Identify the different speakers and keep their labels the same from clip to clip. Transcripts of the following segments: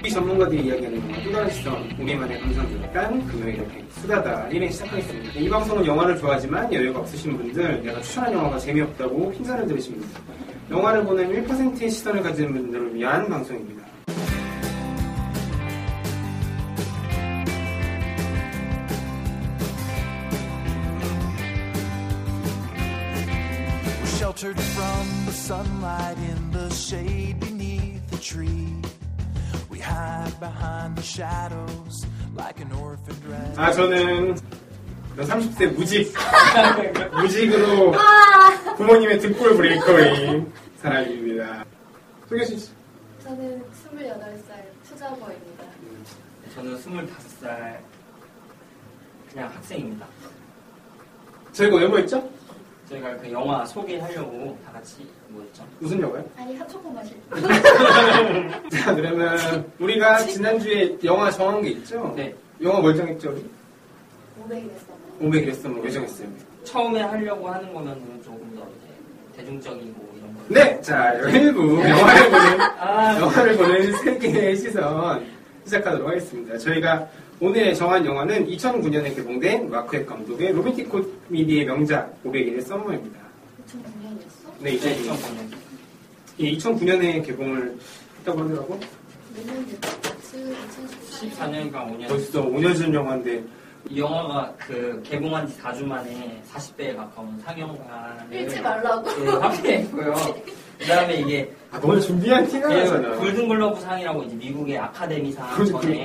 Speaker 1: 우리 전문가들이 이야기하는 영화 또 다른 시선 우리만의 감상극단 금요일의 백 수다다 1회 시작하겠습니다 이 방송은 영화를 좋아하지만 여유가 없으신 분들 내가 추천한 영화가 재미없다고 핀잔을 들으신 분들 영화를 보는 1%의 시선을 가지는 분들을 위한 방송입니다
Speaker 2: We're sheltered from the sunlight in the shade beneath the tree. We hide behind the shadows like an orphan dress.
Speaker 1: 아 저는 30세 무직 무직으로 부모님의 등골 브레이커인 사람입니다 소개해 주시죠
Speaker 3: 저는 28살 투자버입니다.
Speaker 4: 저는 25살 그냥 학생입니다.
Speaker 1: 저희가 왜 모였죠?
Speaker 4: 저희가 그 영화 소개하려고 다 같이 뭐 모였죠.
Speaker 1: 무슨 영화요?
Speaker 3: 아니, 핫초코 마실 때.
Speaker 1: 자 그러면 우리가 지난주에 영화 정한 게 있죠?
Speaker 4: 네.
Speaker 1: 영화 뭘 정했죠 우리?
Speaker 3: 500이랬었나요?
Speaker 1: 500이랬으면 왜 정했어요?
Speaker 4: 처음에 하려고 하는 거면은 조금 더 이제 대중적이고 이런 거.
Speaker 1: 네! 자, 1부 영화를 보는,
Speaker 4: 아,
Speaker 1: 영화를 보는 세계의 시선 시작하도록 하겠습니다. 저희가 오늘 정한 영화는 2009년에 개봉된 마크의 감독의 로맨틱 코미디의 명작 500일의 썸머입니다.
Speaker 3: 2009년이었어?
Speaker 1: 네,
Speaker 4: 네,
Speaker 1: 2009년.
Speaker 4: 2009년.
Speaker 1: 예, 2009년에 개봉을 했다고 하더라고.
Speaker 3: 몇년 됐지? 2014년.
Speaker 4: 14년인가 5년.
Speaker 1: 벌써 5년 전 영화인데
Speaker 4: 이 영화가 그 개봉한 지 4주 만에 40대에 가까운 상영관을
Speaker 3: 읽지 말라고.
Speaker 4: 네, 확대했고요. 그 다음에 이게
Speaker 1: 아, 너무 준비한 티가
Speaker 4: 예,
Speaker 1: 나잖아.
Speaker 4: 골든글러브 상이라고 이제 미국의 아카데미상
Speaker 1: 골든
Speaker 4: 전에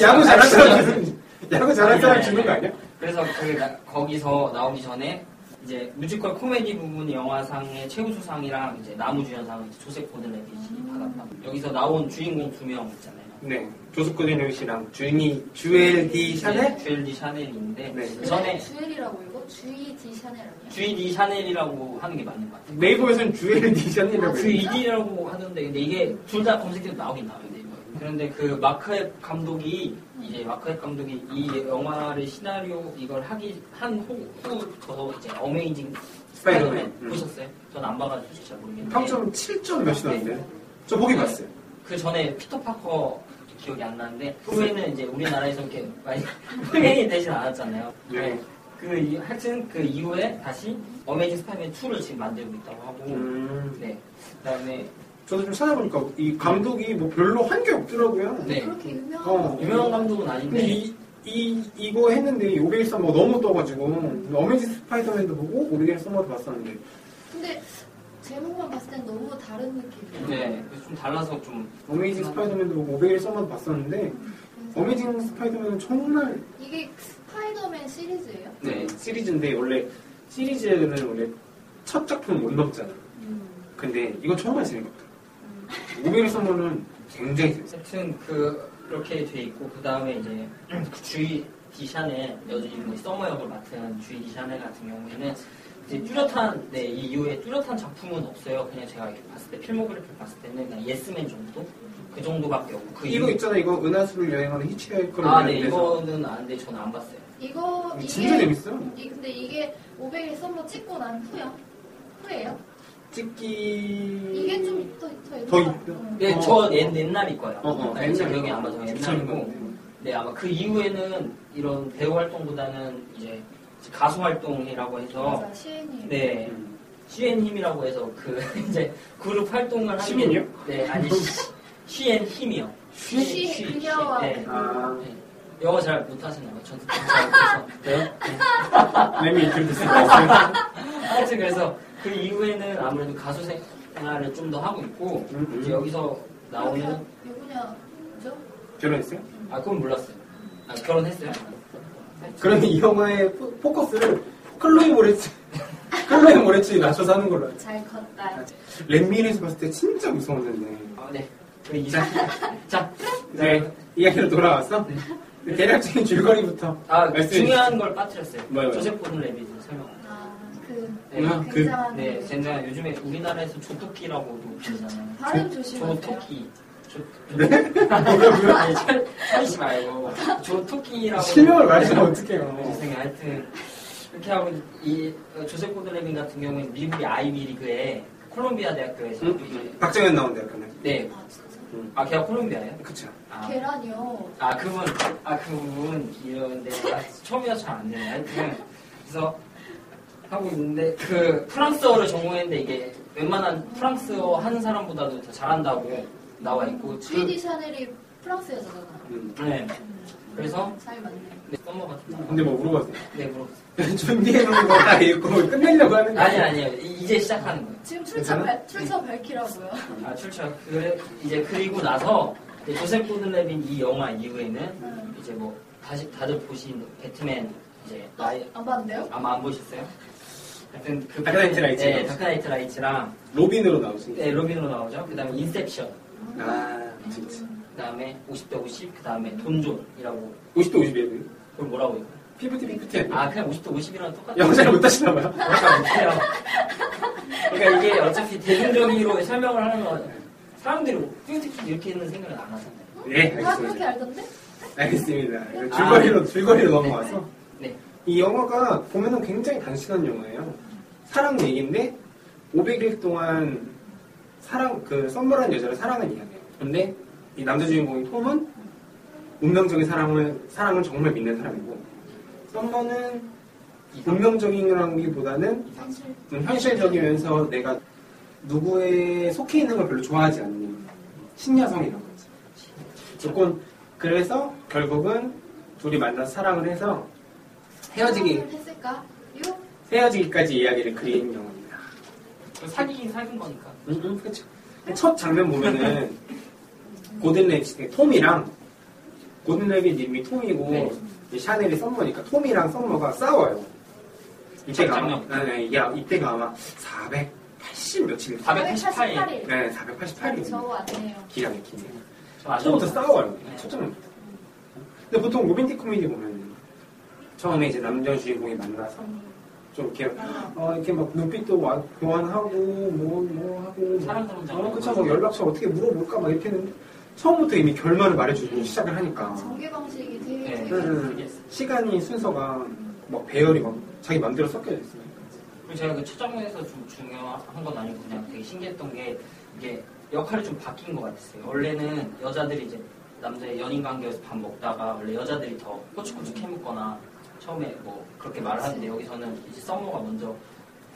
Speaker 1: 야구 잘한 사람
Speaker 4: 는
Speaker 1: 주는, 야구 잘한 사람 주는 거 아니야?
Speaker 4: 그래서 그 나- 거기서 나오기 전에 이제 뮤지컬 코미디 부분 영화상의 최우수상이랑 이제 나무주연상을 이제 조셉 고든레빗이 받았다. 여기서 나온 주인공 두 명 있잖아요.
Speaker 1: 네. 조스코디노 씨랑 주니, 주엘디 샤넬?
Speaker 4: 네, 주엘디 샤넬인데
Speaker 1: 네.
Speaker 4: 그 전에
Speaker 3: 주엘이라고 읽어? 주이디 샤넬 아니야?
Speaker 4: 주이디 샤넬이라고 하는 게 맞는 것 같아요.
Speaker 1: 네이버에선 주엘디 샤넬이라고
Speaker 4: 그 이디라고 하던데 근데 이게 둘 다 검색해도 나오긴 나오는데 이거. 그런데 그 마크헵 감독이 이제 마크헵 감독이 이 영화를 시나리오 이걸 하기 한 후- 후부터 이제 어메이징 스파이더맨
Speaker 1: 스파이더맨. 음.
Speaker 4: 네, 보셨어요? 전 안 봐가지고 잘 모르겠는데
Speaker 1: 평점 7점 몇이 나왔는데? 저 보기 봤어요.
Speaker 4: 그 전에 피터 파커 기억이 안 나는데 후에는 이제 우리나라에서 이렇게 많이 흥행이 되진 않았잖아요.
Speaker 1: 네.
Speaker 4: 그 이- 하여튼 그 이후에 다시 어메이징 스파이더맨 2를 지금 만들고 있다고 하고
Speaker 1: 음.
Speaker 4: 네 그다음에
Speaker 1: 저도 좀 찾아보니까 이 감독이 뭐 별로 한 게 없더라고요.
Speaker 4: 네.
Speaker 3: 그렇게 유명한
Speaker 1: 어.
Speaker 3: 거
Speaker 4: 유명한 감독은
Speaker 1: 근데
Speaker 4: 아닌데
Speaker 1: 이, 이, 이거 했는데 이501 썸머 너무 떠가지고 음, 어메이징 스파이더맨도 보고 501 썸머도 봤었는데
Speaker 3: 근데 제목만 봤을 땐 너무 다른 느낌이야.
Speaker 4: 네, 그래서 좀 달라서 좀
Speaker 1: 어메이징 스파이더맨도 보고 501 썸머도 봤었는데 어메이징 스파이더맨은 정말
Speaker 3: 이게 스파이더맨 시리즈예요?
Speaker 4: 네.
Speaker 1: 시리즈인데 원래 시리즈는 원래 첫 작품 못 넘잖아.
Speaker 3: 음.
Speaker 1: 근데 이거 정말 재밌었다.
Speaker 4: 음.
Speaker 1: 501 썸머는 굉장히 재밌어.
Speaker 4: 하여튼 그렇게 돼 있고 그 다음에 이제 그 주이 디샤넬 여주인공 뭐 서머 역을 맡은 주이 디샤넬 같은 경우에는 이제 뚜렷한 네, 이 이후에 뚜렷한 작품은 없어요. 그냥 제가 이렇게 봤을 때 필모그래피 봤을 때는 그냥 예스맨 정도 그 정도밖에 없고 그
Speaker 1: 이거
Speaker 4: 이후-
Speaker 1: 있잖아 이거 은하수를 여행하는 히치하이커를
Speaker 4: 아, 네,
Speaker 1: 연기해서.
Speaker 4: 이거는 아닌데 저는 안 봤어요.
Speaker 3: 이거, 이게.
Speaker 1: 진짜 재밌어.
Speaker 3: 이, 근데 이게 500일 썸머 찍고 난 후야? 후예요?
Speaker 1: 찍기
Speaker 3: 이게 좀 더, 더,
Speaker 1: 음. 더
Speaker 3: 옛날-
Speaker 1: 있다.
Speaker 3: 음.
Speaker 4: 네,
Speaker 1: 어.
Speaker 4: 저 옛, 옛날일 거예요.
Speaker 1: 어, 어,
Speaker 4: 네, 제
Speaker 1: 옛날.
Speaker 4: 기억에 아마 저 옛날이고. 네, 아마 그 이후에는 이런 배우 활동보다는 이제 가수 활동이라고 해서
Speaker 1: 음.
Speaker 3: 맞아, 시인이.
Speaker 4: 네, CN힘이라고 해서 그 이제 그룹 활동을 하는
Speaker 1: 시민이요?
Speaker 4: 네 아니 CN힘이요.
Speaker 3: 시- 그녀와
Speaker 4: 네.
Speaker 1: 아,
Speaker 4: 네. 영어 잘 못하시는 거 저도 잘 못해서 네.
Speaker 1: 램이 이렇게 됐어요.
Speaker 4: 하여튼 그래서 그 이후에는 아무래도 가수 생활을 좀 더 하고 있고
Speaker 1: 음, 음.
Speaker 4: 이제 여기서 나오는
Speaker 3: 누구냐? 그죠?
Speaker 1: 결혼했어요?
Speaker 4: 아 그건 몰랐어요. 아 결혼했어요?
Speaker 1: 그러면 이 영화의 포- 포커스를 클로이 모레츠, 클로이 모레츠에 낮춰서 하는 걸로 알죠.
Speaker 3: 잘 컸다.
Speaker 1: 렛미에서 봤을 때 진짜 무서웠는데.
Speaker 4: 아, 네. 그 이상. 자.
Speaker 1: 네, 이야기로 돌아와서 대략적인 줄거리부터
Speaker 4: 네. 아
Speaker 1: 말씀해
Speaker 4: 중요한 걸 빠뜨렸어요.
Speaker 1: 뭐요?
Speaker 4: 조셉 보든 레빗을 설명.
Speaker 3: 아, 그
Speaker 4: 네.
Speaker 1: 아, 그-
Speaker 3: 굉장한
Speaker 4: 네, 젠장 요즘에 우리나라에서 조토끼라고도 부르잖아요.
Speaker 3: 발음 조심하세요.
Speaker 4: 조토끼. 조, 조, 네? 철씨 말고 조토끼라고.
Speaker 1: 주시죠. 실명을
Speaker 4: 네.
Speaker 1: 말하시면 어떡해요.
Speaker 4: 죄송해요. 하여튼 이렇게 하고 이 어, 조셉 고든레빈 같은 경우는 미국의 아이비리그의 콜롬비아 대학교에서
Speaker 1: 응?
Speaker 4: 이제-
Speaker 1: 박정현 나온다 약간.
Speaker 4: 네,
Speaker 3: 아, 진짜.
Speaker 4: 아 걔가 콜롬비아예요?
Speaker 1: 그쵸.
Speaker 4: 아,
Speaker 3: 계란이요.
Speaker 4: 아 그분 아 그분 이런데 아, 처음이어서 잘 안 되네. 하여튼 그래서 하고 있는데 그 프랑스어를 전공했는데 이게 웬만한 프랑스어 하는 사람보다도 더 잘한다고 나와 있고
Speaker 3: 주이
Speaker 4: 그,
Speaker 3: 디 샤넬이 프랑스 여자잖아.
Speaker 1: 음.
Speaker 4: 네 그래서
Speaker 3: 잘 맞네.
Speaker 4: 네, 썸머가
Speaker 1: 근데 뭐 물어봤어요.
Speaker 4: 네 물어봤어요.
Speaker 1: 준비해놓은 거다 읽고 뭐 끝내려고 하는 거
Speaker 4: 아니 아니요 이- 이제 시작하는 거예요.
Speaker 3: 지금 출처,
Speaker 1: 괜찮아?
Speaker 3: 발, 출처 밝히라고요.
Speaker 4: 아 출처 그래 이제 그리고 나서 이제 조셉 고든레빈 이 영화 이후에는
Speaker 3: 응.
Speaker 4: 이제 뭐 다시 다들 보신 배트맨 이제 나이
Speaker 3: 안 봤는데요?
Speaker 4: 아마 안 보셨어요? 하여튼 그
Speaker 1: 다크나이트 라이츠.
Speaker 4: 네, 다크나이트 라이츠랑
Speaker 1: 로빈으로 나오신 거.
Speaker 4: 네, 로빈으로 나오죠. 그다음에 인셉션.
Speaker 1: 아, 진짜.
Speaker 4: 그다음에 50대 50. 그다음에 돈존이라고
Speaker 1: 50대 50이에요.
Speaker 4: 그걸 뭐라고 읽어요?
Speaker 1: 50대 50 아니에요?
Speaker 4: 아 그냥 50대 50이랑 똑같아요.
Speaker 1: 영어 잘못 하시나 봐요.
Speaker 4: 잘 못해요. 그러니까 이게 어차피 대중적으로 설명을 하는 건 사람들이 띵띵 이렇게 있는 생각은 안 하잖아요.
Speaker 1: 네,
Speaker 3: 다 그렇게
Speaker 1: 알겠습니다.
Speaker 3: 알던데?
Speaker 1: 알겠습니다. 줄거리로, 줄거리로 넘어와서.
Speaker 4: 네.
Speaker 1: 이 영화가 보면은 굉장히 단순한 영화예요. 사랑 얘기인데 500일 동안 사랑 그 썸머라는 여자를 사랑한 이야기예요. 근데 이 남자 주인공인 톰은 운명적인 사랑을 사랑을 정말 믿는 사람이고 썸머는 운명적인 거라기보다는
Speaker 3: 사실
Speaker 1: 좀 현실적이면서 내가 누구에 속해 있는 걸 별로 좋아하지 않는 신여성이라고 하지. 조건 그래서 결국은 둘이 만나서 사랑을 해서 헤어지기
Speaker 3: 사랑을 음, 했을까? 요?
Speaker 1: 헤어지기까지 이야기를 그린 영화입니다.
Speaker 4: 사귀긴 사귄 거니까.
Speaker 1: 음, 음, 그쵸. 첫 장면 보면은 고든 랩이 톰이랑 고든 랩이 님이 톰이고
Speaker 4: 네.
Speaker 1: 이 샤넬이 썸머니까 톰이랑 썸머가 싸워요. 이때가 아마
Speaker 4: 첫
Speaker 1: 네, 네, 이게 이때가 아마 480 며칠
Speaker 4: 488일.
Speaker 3: 488일.
Speaker 1: 네, 488이
Speaker 3: 저거 안네요.
Speaker 1: 기가 막히네요.
Speaker 4: 저 아직
Speaker 1: 처음부터
Speaker 4: 몰라요.
Speaker 1: 싸워요.
Speaker 4: 네.
Speaker 1: 첫 장면부터. 근데 보통 로맨틱 코미디 보면 처음에 이제 남자 주인공이 만나서 좀 이렇게 어, 이렇게 막 눈빛도 와- 교환하고 뭐뭐 하고
Speaker 4: 사람 사람
Speaker 1: 뭐, 어,
Speaker 4: 장난.
Speaker 1: 그쵸 뭐 연락처 어떻게 물어볼까 막 이렇게 했는데 처음부터 이미 결말을 말해주고 시작을 하니까
Speaker 3: 전개 방식이 되게
Speaker 4: 네.
Speaker 3: 되게
Speaker 1: 음, 시간이 순서가 막 배열이 막 자기 마음대로 섞여져 있으니까
Speaker 4: 그리고 제가 그 첫 장면에서 좀 중요한 건 아니고 그냥 되게 신기했던 게 이게 역할이 좀 바뀐 것 같았어요. 원래는 여자들이 이제 남자의 연인 관계에서 밥 먹다가 원래 여자들이 더 꼬치꼬치 캐묻거나 처음에 뭐 그렇게 말을 하는데 여기서는 이제 썸머가 먼저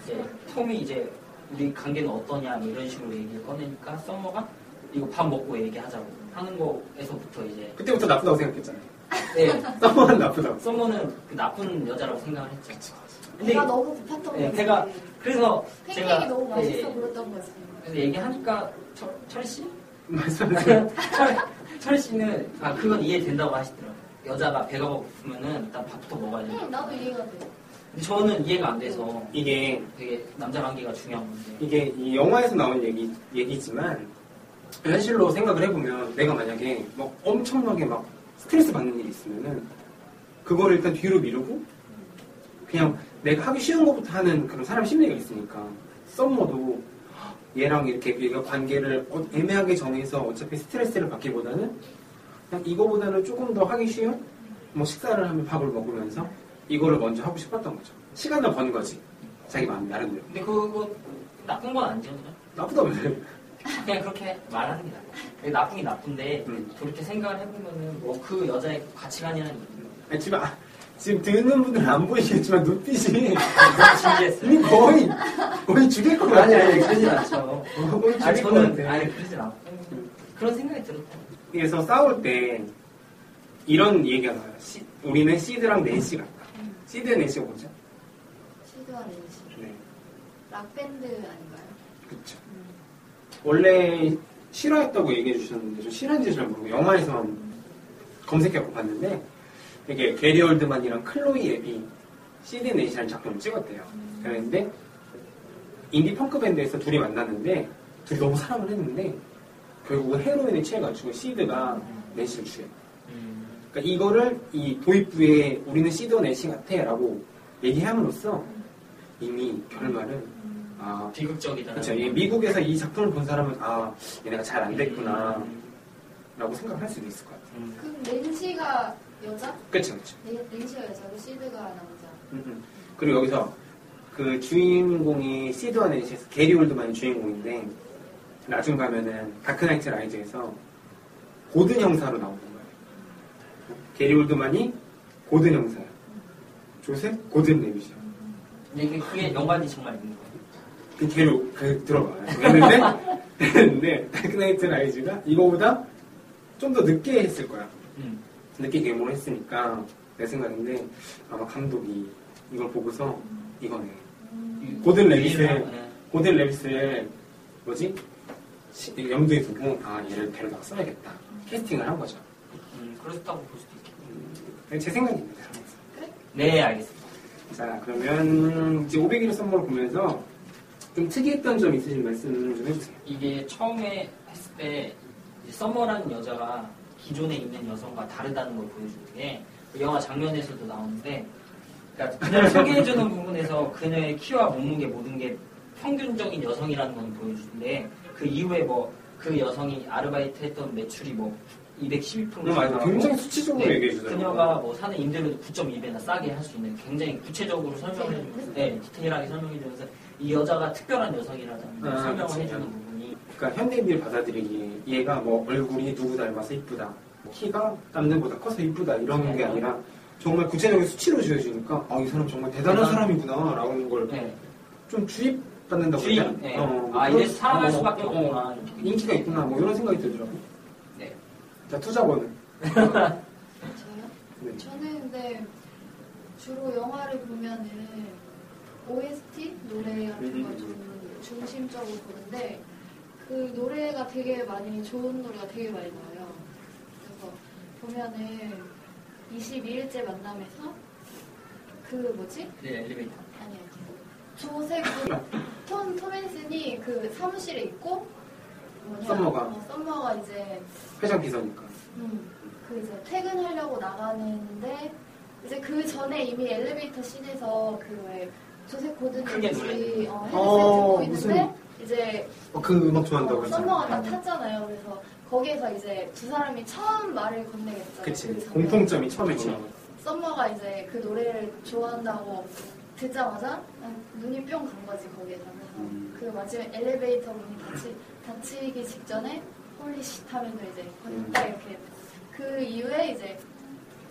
Speaker 4: 이제 톰이 이제 우리 관계는 어떠냐 뭐 이런 식으로 얘기를 꺼내니까 썸머가 이거 밥 먹고 얘기하자고 하는 거에서부터 이제
Speaker 1: 그때부터 나쁘다고 생각했잖아요.
Speaker 4: 네,
Speaker 1: 썸머는 나쁘다고.
Speaker 4: 썸머는 그 나쁜 여자라고 생각을 했죠. 근데
Speaker 3: 배가 너무 고팠던
Speaker 4: 네,
Speaker 3: 거지.
Speaker 4: 배가 그래서 제가
Speaker 3: 팬케이크 너무 맛있어
Speaker 4: 네,
Speaker 3: 보였던 거지.
Speaker 4: 그래서 얘기하니까 철, 철 씨?
Speaker 1: 말씀하세요.
Speaker 4: 철, 철 씨는 아 그건 이해된다고 하시더라고요. 여자가 배가 고프면은 일단 밥부터 먹어야
Speaker 3: 응,
Speaker 4: 돼요.
Speaker 3: 음, 나도 이해가 돼.
Speaker 4: 근데 저는 이해가 안 돼서
Speaker 1: 이게
Speaker 4: 되게 남자 관계가 중요한 건데
Speaker 1: 이게 이 영화에서 나온 얘기, 얘기지만 현실로 생각을 해보면 내가 만약에 막 엄청나게 막 스트레스 받는 일이 있으면은 그거를 일단 뒤로 미루고 그냥 내가 하기 쉬운 것부터 하는 그런 사람 심리가 있으니까 썸머도 얘랑 이렇게 얘가 관계를 어- 애매하게 정해서 어차피 스트레스를 받기보다는 그냥 이거보다는 조금 더 하기 쉬운 뭐 식사를 하면 밥을 먹으면서 이거를 먼저 하고 싶었던 거죠 시간을 번 거지 자기 마음 나름대로
Speaker 4: 근데 그거 나쁜 건 아니죠 그냥?
Speaker 1: 나쁘다면
Speaker 4: 그냥 그렇게 말하는 게 나아요. 근데 나쁜 게 나쁜데
Speaker 1: 음.
Speaker 4: 그렇게 생각을 해보면은 뭐 그 여자의 가치관이라는 게 있는 거예요.
Speaker 1: 아니, 집에 아- 지금 듣는 분들은 안 보이시겠지만 눈빛이
Speaker 4: 신기했어요.
Speaker 1: 이미 거의 거의 죽일 것 같아요.
Speaker 4: 아니 아니 그러진 않죠.
Speaker 1: 어, 거의
Speaker 4: 아니
Speaker 1: 죽일 것
Speaker 4: 저는
Speaker 1: 같아.
Speaker 4: 아니 그러진 않고 그런 생각이 들었다.
Speaker 1: 그래서 싸울 때 이런 얘기가 나와요. 시- 우리는 시드랑 낸시 같다. 시드 낸시가 뭐죠?
Speaker 3: 시드와 렌시
Speaker 1: 네,
Speaker 3: 락밴드 아닌가요?
Speaker 1: 그렇죠. 원래 싫어했다고 얘기해 주셨는데 저 싫어한지 잘 모르고 영화에서만 검색해서 봤는데 되게 게리 올드만이랑 클로이 앱이 시드 낸시라는 작품을 찍었대요. 그런데 인디 펑크 밴드에서 둘이 만났는데 둘이 너무 사랑을 했는데 결국은 헤로인에 취해가지고 시드가 낸시를 취해.
Speaker 4: 음.
Speaker 1: 그러니까 이거를 이 도입부에 우리는 시도 내신 같아라고 얘기함으로써 이미 결말은
Speaker 3: 음.
Speaker 1: 아
Speaker 4: 비극적이다.
Speaker 1: 그렇죠. 미국에서 이 작품을 본 사람은 아 얘네가 잘 안 됐구나라고 생각할 수도 있을 것 같아요.
Speaker 4: 음.
Speaker 3: 그럼 렌시가 여자?
Speaker 1: 그렇죠, 그렇죠.
Speaker 3: 네, 렌시가 여자고 시드가 남자.
Speaker 1: 음, 음. 그리고 여기서 그 주인공이 시드와 낸시에서 게리 올드만이 주인공인데 나중 가면은 다크나이트 라이즈에서 고든 형사로 나오는 거예요. 게리 올드만이 고든 형사야. 조셉 고든 레빗이야.
Speaker 4: 이게 그게 연관이 정말 있는 거예요.
Speaker 1: 그 걔로 그 들어봐요. 했는데 했는데 다크나이트 라이즈가 이거보다 좀 더 늦게 했을 거야.
Speaker 4: 음.
Speaker 1: 늦게 개봉을 했으니까 내 생각인데 아마 감독이 이걸 보고서 이거네
Speaker 4: 음.
Speaker 1: 고든 레빗의
Speaker 4: 네.
Speaker 1: 고든 레빗을 뭐지 시- 염두에 두고 아 얘를 데려다가 써야겠다 캐스팅을 한 거죠. 음,
Speaker 4: 음, 그렇다고 볼 수도 있겠네.
Speaker 1: 제 생각입니다.
Speaker 4: 네, 알겠습니다.
Speaker 1: 자 그러면 이제 500일의 선물 보면서 좀 특이했던 점 있으신 말씀 좀 해주세요.
Speaker 4: 이게 처음에 했을 때 이제 서머라는 여자가 기존에 있는 여성과 다르다는 걸 보여주는 게 그 영화 장면에서도 나오는데 그러니까 그녀를 소개해주는 부분에서 그녀의 키와 몸무게 모든 게 평균적인 여성이라는 건 보여주는데 그 이후에 뭐 그 여성이 아르바이트 했던 매출이 뭐 212%가
Speaker 1: 네, 굉장히 수치적으로 얘기해 주더라고요.
Speaker 4: 그녀가 뭐 사는 임대료도 9.2배나 싸게 할 수 있는 굉장히 구체적으로 설명해 주면서 네, 디테일하게 설명해 주면서 이 여자가 특별한 여성이라는 걸
Speaker 1: 아,
Speaker 4: 설명을
Speaker 1: 그치.
Speaker 4: 해주는 부분이
Speaker 1: 그러니까 현대인들 받아들이기에 얘가 뭐 얼굴이 누구 닮아서 이쁘다 뭐 키가 남들보다 커서 이쁘다 이런 게 아니라 정말 구체적인 수치로 지어주니까 아 이 사람 정말 대단한
Speaker 4: 대단-
Speaker 1: 사람이구나 라는 걸 좀
Speaker 4: 네,
Speaker 1: 주입받는다고
Speaker 4: 주입,
Speaker 1: 해야 되나?
Speaker 4: 네.
Speaker 1: 어,
Speaker 4: 아
Speaker 1: 그런-
Speaker 4: 이게 사랑할
Speaker 1: 어,
Speaker 4: 수밖에
Speaker 1: 어,
Speaker 4: 없구나
Speaker 1: 인기가 있구나 뭐 이런 생각이 들더라고
Speaker 4: 네.
Speaker 1: 자 투자권은
Speaker 3: 저요?
Speaker 1: 네.
Speaker 3: 저는 근데 주로 영화를 보면은 OST 노래 같은
Speaker 1: 음.
Speaker 3: 걸 좀 중심적으로 보는데 그 노래가 되게 많이 좋은 노래가 되게 많이 나와요. 그래서 보면은 22일째 만남에서 그 뭐지?
Speaker 4: 네, 엘리베이터
Speaker 3: 아니 아니 조세 그톰 토맨슨이 그 사무실에 있고 뭐냐?
Speaker 1: 썸머가.
Speaker 3: 어, 썸머가 이제
Speaker 1: 회장 비서니까
Speaker 3: 음, 그 이제 퇴근하려고 나가는데 이제 그 전에 이미 엘리베이터 씬에서 그왜 조셉 고든
Speaker 4: 크게
Speaker 3: 씨
Speaker 4: 노래.
Speaker 3: 어, 헤드셋
Speaker 1: 어,
Speaker 3: 듣고 있는데 이제
Speaker 1: 어, 그 음악 좋아한다고
Speaker 3: 어, 썸머가 딱
Speaker 1: 했잖아
Speaker 3: 탔잖아요. 그래서 거기에서 이제 두 사람이 처음 말을 건네겠어요.
Speaker 1: 그치
Speaker 3: 그 장면.
Speaker 1: 공통점이 처음에 있잖아
Speaker 3: 썸머가 이제 그 노래를 좋아한다고 듣자마자 음, 눈이 뿅 간 거지 거기에서는.
Speaker 1: 음.
Speaker 3: 그 마지막 엘리베이터 문이 닫히, 닫히기 직전에 홀리쉿 하면서 이제 딱
Speaker 1: 음.
Speaker 3: 이렇게 그 이후에 이제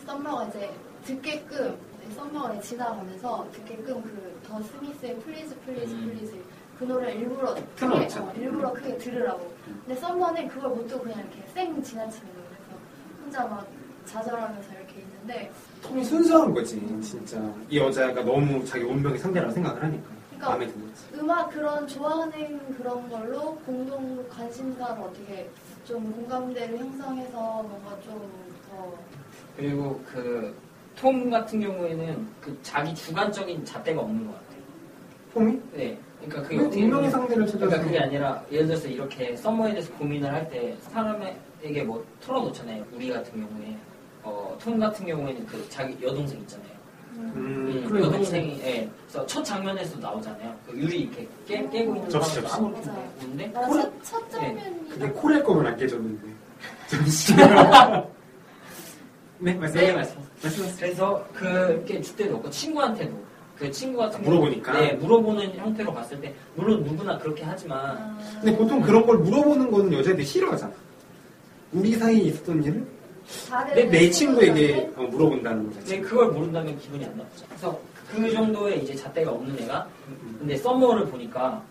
Speaker 3: 썸머가 이제 듣게끔 썸머가 이제 지나가면서 듣게끔 그 더 스미스의 플리즈 플리즈
Speaker 4: 음.
Speaker 3: 플리즈 그 노래 일부러 크게
Speaker 1: 틀어놨잖아.
Speaker 3: 어, 일부러 크게 들으라고
Speaker 1: 음.
Speaker 3: 근데 썸머는 그걸 못 듣고 그냥 이렇게 쌩 지나치는 거예요 그래서 혼자 막 좌절하면서 이렇게 있는데
Speaker 1: 톰이 순수한 거지 진짜 이 여자가 너무 자기 운명의 상대라고 생각을 하니까
Speaker 3: 그러니까
Speaker 1: 마음에 드는 거지
Speaker 3: 음악 그런 좋아하는 그런 걸로 공동 관심사를 어떻게 좀 공감대를 형성해서 뭔가 좀더
Speaker 4: 그리고 그 톰 같은 경우에는 그 자기 주관적인 잣대가 없는 것 같아요.
Speaker 1: 톰이?
Speaker 4: 네, 그러니까 그게 어떻게
Speaker 1: 운명의
Speaker 4: 보면
Speaker 1: 상대를 찾아서
Speaker 4: 그러니까 그게 아니라 예를 들어서 이렇게 썸머에 대해서 고민을 할 때 사람에게 뭐 털어놓잖아요. 우리 같은 경우에 어, 톰 같은 경우에는 그 자기 여동생 있잖아요.
Speaker 1: 음,
Speaker 4: 음,
Speaker 1: 그래요.
Speaker 4: 여동생이 예, 그래서 첫 장면에서 나오잖아요. 그 유리 이렇게 깨, 깨고 있는
Speaker 1: 접시,
Speaker 4: 사람도
Speaker 1: 접시.
Speaker 4: 아무렇게 보는데
Speaker 3: 나
Speaker 1: 콜-
Speaker 3: 첫, 첫 장면이
Speaker 1: 음. 네. 근데 코랄 거면 안 깨졌는데 잠시만 네 말씀
Speaker 4: 네 말씀.
Speaker 1: 말씀하세요
Speaker 4: 그래서 그게 줏대도 없고 친구한테도 그 친구 같은 경우-
Speaker 1: 물어보니까?
Speaker 4: 네 물어보는 형태로 봤을 때 물론 누구나 그렇게 하지만
Speaker 3: 아,
Speaker 1: 근데 보통 그런 걸 물어보는 거는 여자들이 싫어하잖아 우리 사이에 있었던 일을
Speaker 3: 다른
Speaker 1: 내, 내 친구에게
Speaker 3: 친구들한테
Speaker 1: 어, 물어본다는 거죠.
Speaker 4: 근데 그걸 모른다면 기분이 안 나쁘죠. 그래서 그 정도의 이제 잣대가 없는 애가
Speaker 1: 음.
Speaker 4: 근데 썸머를 보니까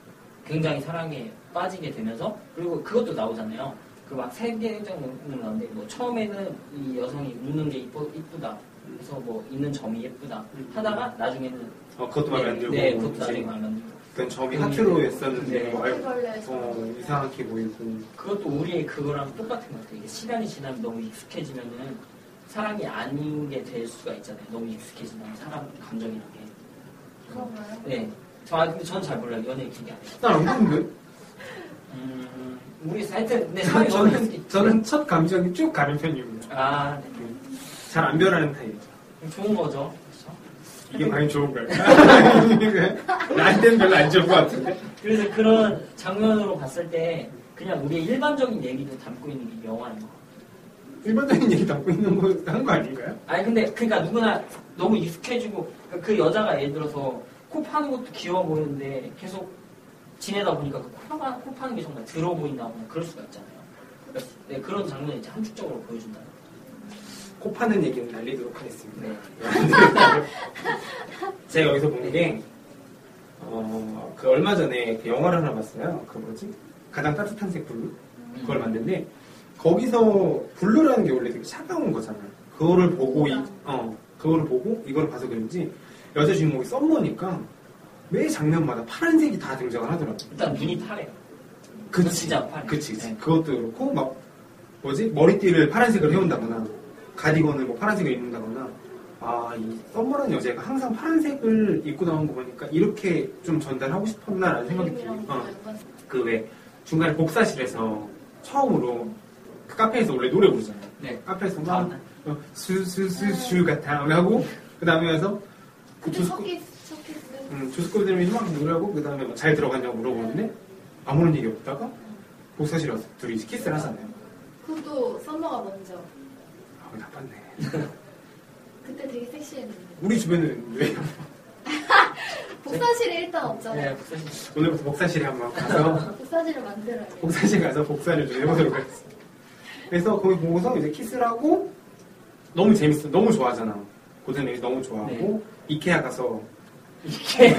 Speaker 4: 굉장히 사랑에 빠지게 되면서 그리고 그것도 나오잖아요. 그 막 세계 정도 나오는데 뭐 처음에는 이 여성이 웃는 게 이쁘, 이쁘다. 그래서 뭐 있는 점이 예쁘다. 하다가 나중에는
Speaker 1: 어, 그것도 마음에 안
Speaker 4: 네,
Speaker 1: 들고.
Speaker 4: 네, 그것도
Speaker 1: 이제
Speaker 4: 나중에 마음에 안 들고.
Speaker 1: 그냥 저기 학교로 했었는데
Speaker 4: 네.
Speaker 1: 뭐 알-
Speaker 3: 바퀴벌레
Speaker 1: 어, 이상하게 보이고.
Speaker 4: 그것도 우리의 그거랑 똑같은 것 같아요. 이게 시간이 지나면 너무 익숙해지면은 사랑이 아닌 게 될 수가 있잖아요. 너무 익숙해지면 사람 감정이란 게.
Speaker 3: 그런가요?
Speaker 4: 네. 저, 아, 근데 전 잘 몰라요. 연애 기계 안 해요.
Speaker 1: 난안 보는데?
Speaker 4: 음, 모르겠어요. 하여튼, 근데 사람이 저는,
Speaker 1: 저는 첫 감정이 쭉 가는 편입니다.
Speaker 4: 아, 네.
Speaker 1: 잘 안 변하는 타입이죠.
Speaker 4: 그럼 좋은 거죠. 그렇죠?
Speaker 1: 이게 과연 좋은가요? 나한테는 별로 안 좋은 것 같은데.
Speaker 4: 그래서 그런 장면으로 봤을 때 그냥 우리의 일반적인 얘기도 담고 있는 게 영화인 것 같아요.
Speaker 1: 일반적인 얘기 담고 있는 거 한 거 아닌가요?
Speaker 4: 아니, 근데, 그니까 러 누구나 너무 익숙해지고, 그러니까 그 여자가 예를 들어서 코 파는 것도 귀여워 보이는데 계속 지내다 보니까 그코 파코 파는 게 정말 더러워 보인다 보면 그럴 수가 있잖아요. 그러니까 네, 그런 장면을 이제 함축적으로 보여준다.
Speaker 1: 코 파는 얘기는 날리도록 하겠습니다.
Speaker 4: 네.
Speaker 1: 제가 여기서 본 게, 어, 그 얼마 전에 그 영화를 하나 봤어요. 그 뭐지? 가장 따뜻한 색 블루? 그걸 만든데, 거기서 블루라는 게 원래 되게 차가운 거잖아요. 그거를 보고, 이, 어, 그거를 보고, 이걸 봐서 그런지, 여자 주인공이 썸머니까, 매 장면마다 파란색이 다 등장을 하더라고요.
Speaker 4: 일단 눈이 파래요.
Speaker 1: 그치.
Speaker 4: 진짜 파래.
Speaker 1: 그치, 그치.
Speaker 4: 네.
Speaker 1: 그것도 그렇고, 막, 뭐지? 머리띠를 파란색으로 해온다거나, 가디건을 뭐 파란색을 입는다거나, 아, 이 썸머라는 여자가 항상 파란색을 입고 나온 거 보니까 이렇게 좀 전달하고 싶었나라는 생각이
Speaker 3: 음, 그림이랑
Speaker 1: 들어요.
Speaker 3: 또 연관.
Speaker 1: 그 왜 중간에 복사실에서 처음으로 그 카페에서 원래 노래 부르잖아요.
Speaker 4: 네.
Speaker 1: 카페에서 막 어,
Speaker 4: 다음날.
Speaker 1: 수수수수 같아 하고 그 다음에 와서 그
Speaker 3: 근데
Speaker 1: 조스코
Speaker 3: 첫키스, 첫키스.
Speaker 1: 음, 조스코들이 막 노래하고 그 다음에 잘 들어갔냐고 물어보는데 아무런 얘기 없다가 복사실 와서 둘이 이제 키스를 하잖아요.
Speaker 3: 그것도 썸머가 먼저.
Speaker 1: 아, 나빴네.
Speaker 3: 그때 되게 섹시했는데.
Speaker 1: 우리 주변은 왜 네.
Speaker 3: 복사실이 일단 없잖아요.
Speaker 4: 네, 복사실.
Speaker 1: 오늘부터 복사실에 한번 가서
Speaker 3: 복사실을 만들어야 돼요.
Speaker 1: 복사실 가서 복사를 좀 해보도록 하겠습니다. 그래서 거기 보고서 이제 키스를 하고 너무 재밌어. 너무 좋아하잖아. 고든이 너무 좋아하고
Speaker 4: 네.
Speaker 1: 이케아 가서
Speaker 4: 이게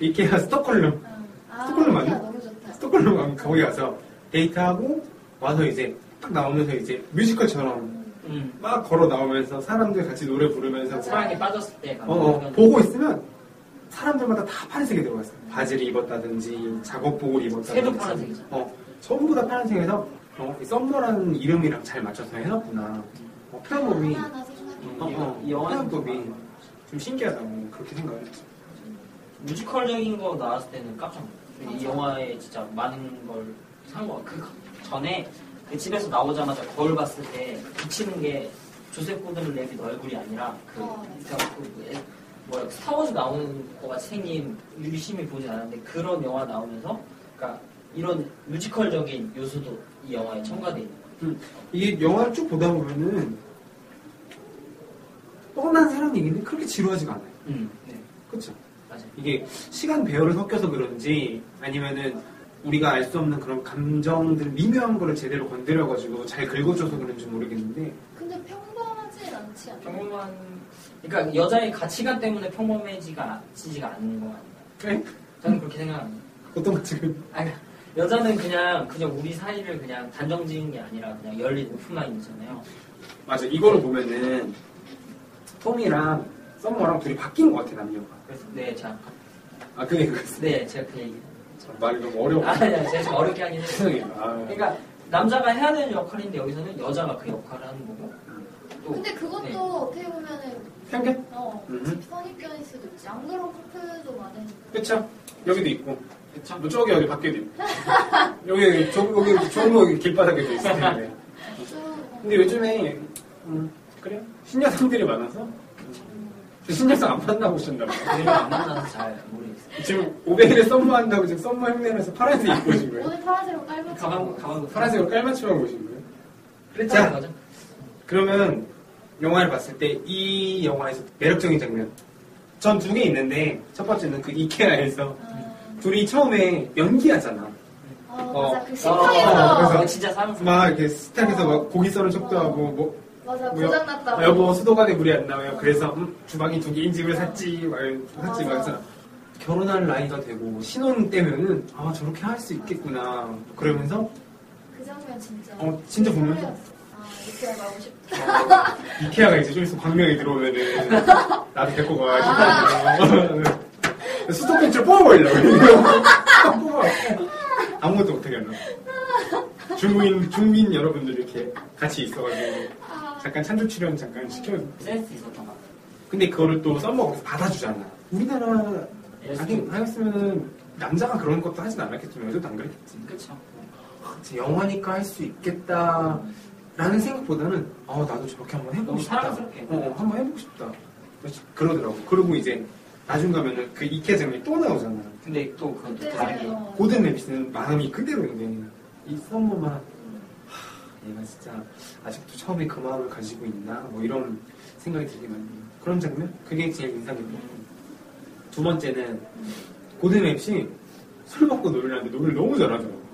Speaker 1: 이케아 스톡홀름
Speaker 3: 아,
Speaker 1: 스쿨 맞나?
Speaker 3: 진짜 너무 좋다.
Speaker 1: 스톡홀름 가면 거기 가서 데이트하고 와서 이제 딱 나오면서 이제 뮤지컬처럼
Speaker 4: 음,
Speaker 1: 막 걸어 나오면서 사람들 같이 노래 부르면서
Speaker 3: 맞아.
Speaker 4: 사랑에 빠졌을 때
Speaker 1: 어, 어, 보고 있으면 사람들마다 다 파란색이 들어갔어. 요 바지를 입었다든지 작업복을 입었다든지
Speaker 4: 새도 파란색이죠.
Speaker 1: 어, 전부 다 파란색에서 어, 이 썸머라는 이름이랑 잘 맞춰서 해놨구나. 어, 표현법이
Speaker 3: 하나하나 생각해.
Speaker 4: 음,
Speaker 1: 어, 어,
Speaker 4: 이 영화는
Speaker 1: 표현법이 좀 신기하다고 그렇게 생각을 했죠.
Speaker 4: 뮤지컬적인 거 나왔을 때는 깜짝 놀랐어요.
Speaker 3: 맞아.
Speaker 4: 이 영화에 진짜 많은 걸 상과 그 전에 그 집에서 나오자마자 거울 봤을 때 비치는 게 조셉 고든 랩이 너 얼굴이 아니라 그,
Speaker 3: 어,
Speaker 4: 그러니까 그 뭐에- 뭐야 스타워즈 나오는 거 같이 생긴 유심히 보진 않았는데 그런 영화 나오면서 그러니까 이런 뮤지컬적인 요소도 이 영화에 첨가돼 있는 거예요.
Speaker 1: 이게 영화를 쭉 보다 보면은 뻔한 사람 얘기는 그렇게 지루하지가 않아요.
Speaker 4: 음, 네,
Speaker 1: 그렇죠?
Speaker 4: 맞아요.
Speaker 1: 이게 시간 배열을 섞여서 그런지 아니면은 우리가 알 수 없는 그런 감정들 미묘한 거를 제대로 건드려가지고 잘 긁어줘서 그런지 모르겠는데
Speaker 3: 근데 평범하진 않지 않나?
Speaker 4: 평범한 그러니까 여자의 가치관 때문에 평범해지가 지지가 않는 거 아닌가?
Speaker 1: 그래?
Speaker 4: 저는 그렇게 생각합니다.
Speaker 1: 어떤 거 지금
Speaker 4: 아니, 여자는 그냥 그냥 우리 사이를 그냥 단정지은 게 아니라 그냥 열린 오픈마인드잖아요.
Speaker 1: 맞아 이거를 보면은 톰이랑 썸머랑 둘이 바뀐 것 같아 남녀가
Speaker 4: 그래서 네, 자,
Speaker 1: 아 그게
Speaker 4: 네, 제가 그 얘기.
Speaker 1: 말이 너무 어려워
Speaker 4: 아, 아니, 제가 좀 어렵게 하긴 했어요.
Speaker 1: 죄송해요 아,
Speaker 4: 그러니까 남자가 해야 되는 역할인데 여기서는 여자가 그 역할을 하는 거고. 또,
Speaker 3: 근데 그것도
Speaker 4: 네.
Speaker 3: 어떻게 보면은
Speaker 1: 편견?
Speaker 3: 어,
Speaker 1: 음.
Speaker 3: 선입견일 수도 있지. 안 그런 커플도 많으니까.
Speaker 1: 그쵸 여기도 있고 그쵸 뭐 저기 여기 밖에도 있고 여기 저 여기 종로 길바닥에도 있을 텐데
Speaker 3: 좀
Speaker 1: 근데 요즘에 음, 그래요? 신여성들이 많아서 저 신여성 안 만나고 오셨나 봐요.
Speaker 4: 그걸 안 만나서 잘 모르겠어요.
Speaker 1: 지금 500일에 썸머한다고 지금 썸머 흉내내면서 파란색 입고 오신 거예요?
Speaker 3: 어, 오늘 파란색으로 깔고
Speaker 4: 가방, 가방도
Speaker 1: 파란색으로 깔맞춤하고 오신 거예요? 자,
Speaker 4: 그랬다는 거죠.
Speaker 1: 그러면 영화를 봤을 때 이 영화에서 매력적인 장면 전 두 개 있는데 첫 번째는 그 이케아에서
Speaker 3: 아,
Speaker 1: 둘이 처음에 연기하잖아
Speaker 3: 아, 어, 맞아. 그
Speaker 4: 어,
Speaker 3: 식당에서
Speaker 4: 그거 진짜 사는
Speaker 1: 막 이렇게 스탁에서 막 고기 썰은 척도 하고 뭐
Speaker 3: 맞아
Speaker 1: 뭐야?
Speaker 3: 고장났다고.
Speaker 1: 아, 여보 수도관에 물이 안 나와요. 그래서 음, 주방이 두 개인 집을 샀지 막 샀지 막
Speaker 3: 맞아.
Speaker 1: 해서 결혼할 나이가 되고 신혼 때면은 아 저렇게 할 수 있겠구나 그러면서
Speaker 3: 그 장면 진짜.
Speaker 1: 어, 진짜 보면서?
Speaker 3: 설레었어. 아 이렇게 가고 싶다.
Speaker 1: 이케아가 이제 좀 있으면 광명에 들어오면은 나도 데리고 가야 지 수도꼭지를 뽑아버리려고 딱 뽑아갖고 아무것도 못하게 하려고 중민, 중민 여러분들 이렇게 같이 있어가지고 잠깐 찬조 출연 잠깐 시켜
Speaker 4: 센스 있었던 것 같아요.
Speaker 1: 근데 그거를 또 썸머에서 받아주잖아 우리나라 아니 하였으면은 남자가 그런 것도 하진 않았겠지만 여자도 안 그랬겠지
Speaker 4: 그쵸.
Speaker 1: 그치, 영화니까 할 수 있겠다 라는 생각보다는 어 나도 저렇게 한번 해보고
Speaker 4: 너무
Speaker 1: 싶다
Speaker 4: 사랑스럽게.
Speaker 1: 어, 어, 한번 해보고 싶다 그래서 그러더라고 그리고 이제 나중 가면은 그 이케점이 또 나오잖아
Speaker 4: 근데 또 그건 또
Speaker 3: 그때
Speaker 4: 다르게.
Speaker 3: 어,
Speaker 1: 고든 램시는 마음이 그대로인데 이 썸머만 하, 얘가 진짜 아직도 처음에 그 마음을 가지고 있나 뭐 이런 생각이 들게 만드는 그런 장면 그게 제일 인상 깊었고 두 번째는 고든 램시 술 먹고 노래를 하는데 노래를 너무 잘하더라고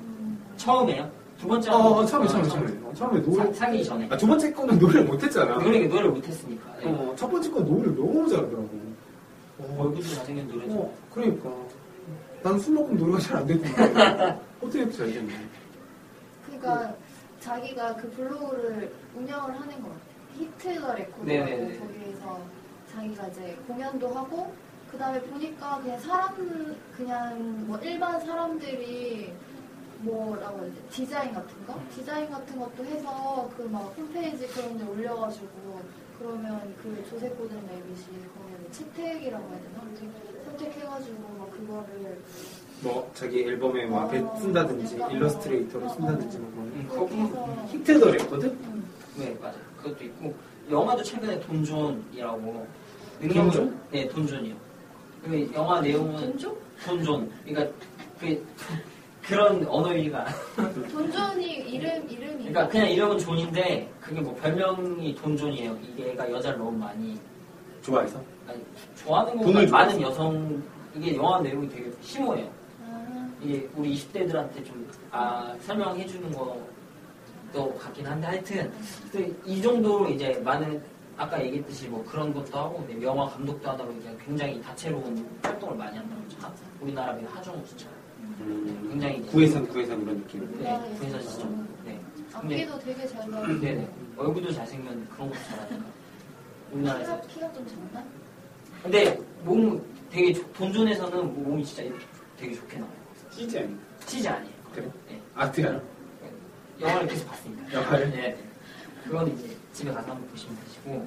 Speaker 4: 처음에요? 두 번째?
Speaker 1: 어, 어, 처음에, 처음에, 처음에. 어, 처음에 노래.
Speaker 4: 사- 사귀기 전에. 그러니까
Speaker 1: 아, 두 번째 거는 노래를 못했잖아.
Speaker 4: 노래, 노래를 못했으니까. 네.
Speaker 1: 어, 첫 번째 건 노래를 너무 잘하더라고. 어,
Speaker 4: 얼굴도 잘생긴 노래죠.
Speaker 1: 어 그러니까. 난 술 먹으면 노래가 잘 안 됐는데. 어떻게 이렇게 잘 됐냐.
Speaker 3: 그러니까 자기가 그 블로그를 운영을 하는 것 같아. 히트더
Speaker 4: 네네네.
Speaker 3: 레코드라고 거기에서 자기가 이제 공연도 하고 그 다음에 보니까 그냥 사람 그냥 뭐 일반 사람들이 뭐라고 해야 돼 디자인 같은 거 디자인 같은 것도 해서 그 막 홈페이지 그런 데 올려가지고 그러면 그 조세 코드 맵이시 거기 채택이라고 해야 되나 선택해가지고 막 그거를
Speaker 1: 뭐, 자기 앨범에 뭐 앞에
Speaker 3: 어,
Speaker 1: 쓴다든지,
Speaker 3: 약간
Speaker 1: 일러스트레이터로
Speaker 3: 어, 어.
Speaker 1: 쓴다든지, 뭐 그런.
Speaker 4: 음,
Speaker 3: 그렇게
Speaker 4: 그거
Speaker 3: 해서
Speaker 1: 히트 더 레코드?
Speaker 3: 음.
Speaker 4: 네, 맞아요. 그것도 있고 영화도 최근에 돈존이라고
Speaker 1: 돈존?
Speaker 4: 네, 돈존이요. 그 영화 내용은
Speaker 3: 돈존?
Speaker 4: 돈존. 그러니까 그 그런 언어일가.
Speaker 3: 돈존이 이름 이름이
Speaker 4: 그러니까 그냥 이름은 존인데 그게 뭐 별명이 돈존이에요. 이게 얘가 여자를 너무 많이
Speaker 1: 좋아해서?
Speaker 4: 아니, 좋아하는
Speaker 1: 돈을
Speaker 4: 건 많은 여성 이게 영화 내용이 되게 심오해요.
Speaker 3: 아,
Speaker 4: 이게 우리 20대들한테 좀 아, 설명해 주는 것도 같긴 한데 하여튼 근데 이 정도로 이제 많은 아까 얘기했듯이 뭐 그런 것도 하고 근데 영화 감독도 하다 보니까 굉장히 다채로운 활동을 많이 한다고 참 우리나라 배우 하정우 진짜 음, 굉장히
Speaker 1: 구해선, 구해선 이런 느낌.
Speaker 4: 네 구해서 진짜 네
Speaker 3: 악기도 아, 되게 잘 나오고
Speaker 4: 네네 얼굴도 잘생긴 그런 것도 잘하니까 우리나라에서
Speaker 3: 키가, 키가 좀 작나?
Speaker 4: 근데 몸 되게 좋- 본존에서는 몸이 진짜 이렇게 되게 좋게 나와요
Speaker 1: 시지 아니
Speaker 4: 치지 아니에요
Speaker 1: 그래?
Speaker 4: 네.
Speaker 1: 아트야.
Speaker 4: 영화를 계속 봤습니다.
Speaker 1: 영화를?
Speaker 4: 예. 그건 이제 집에 가서 한번 보시면 되시고.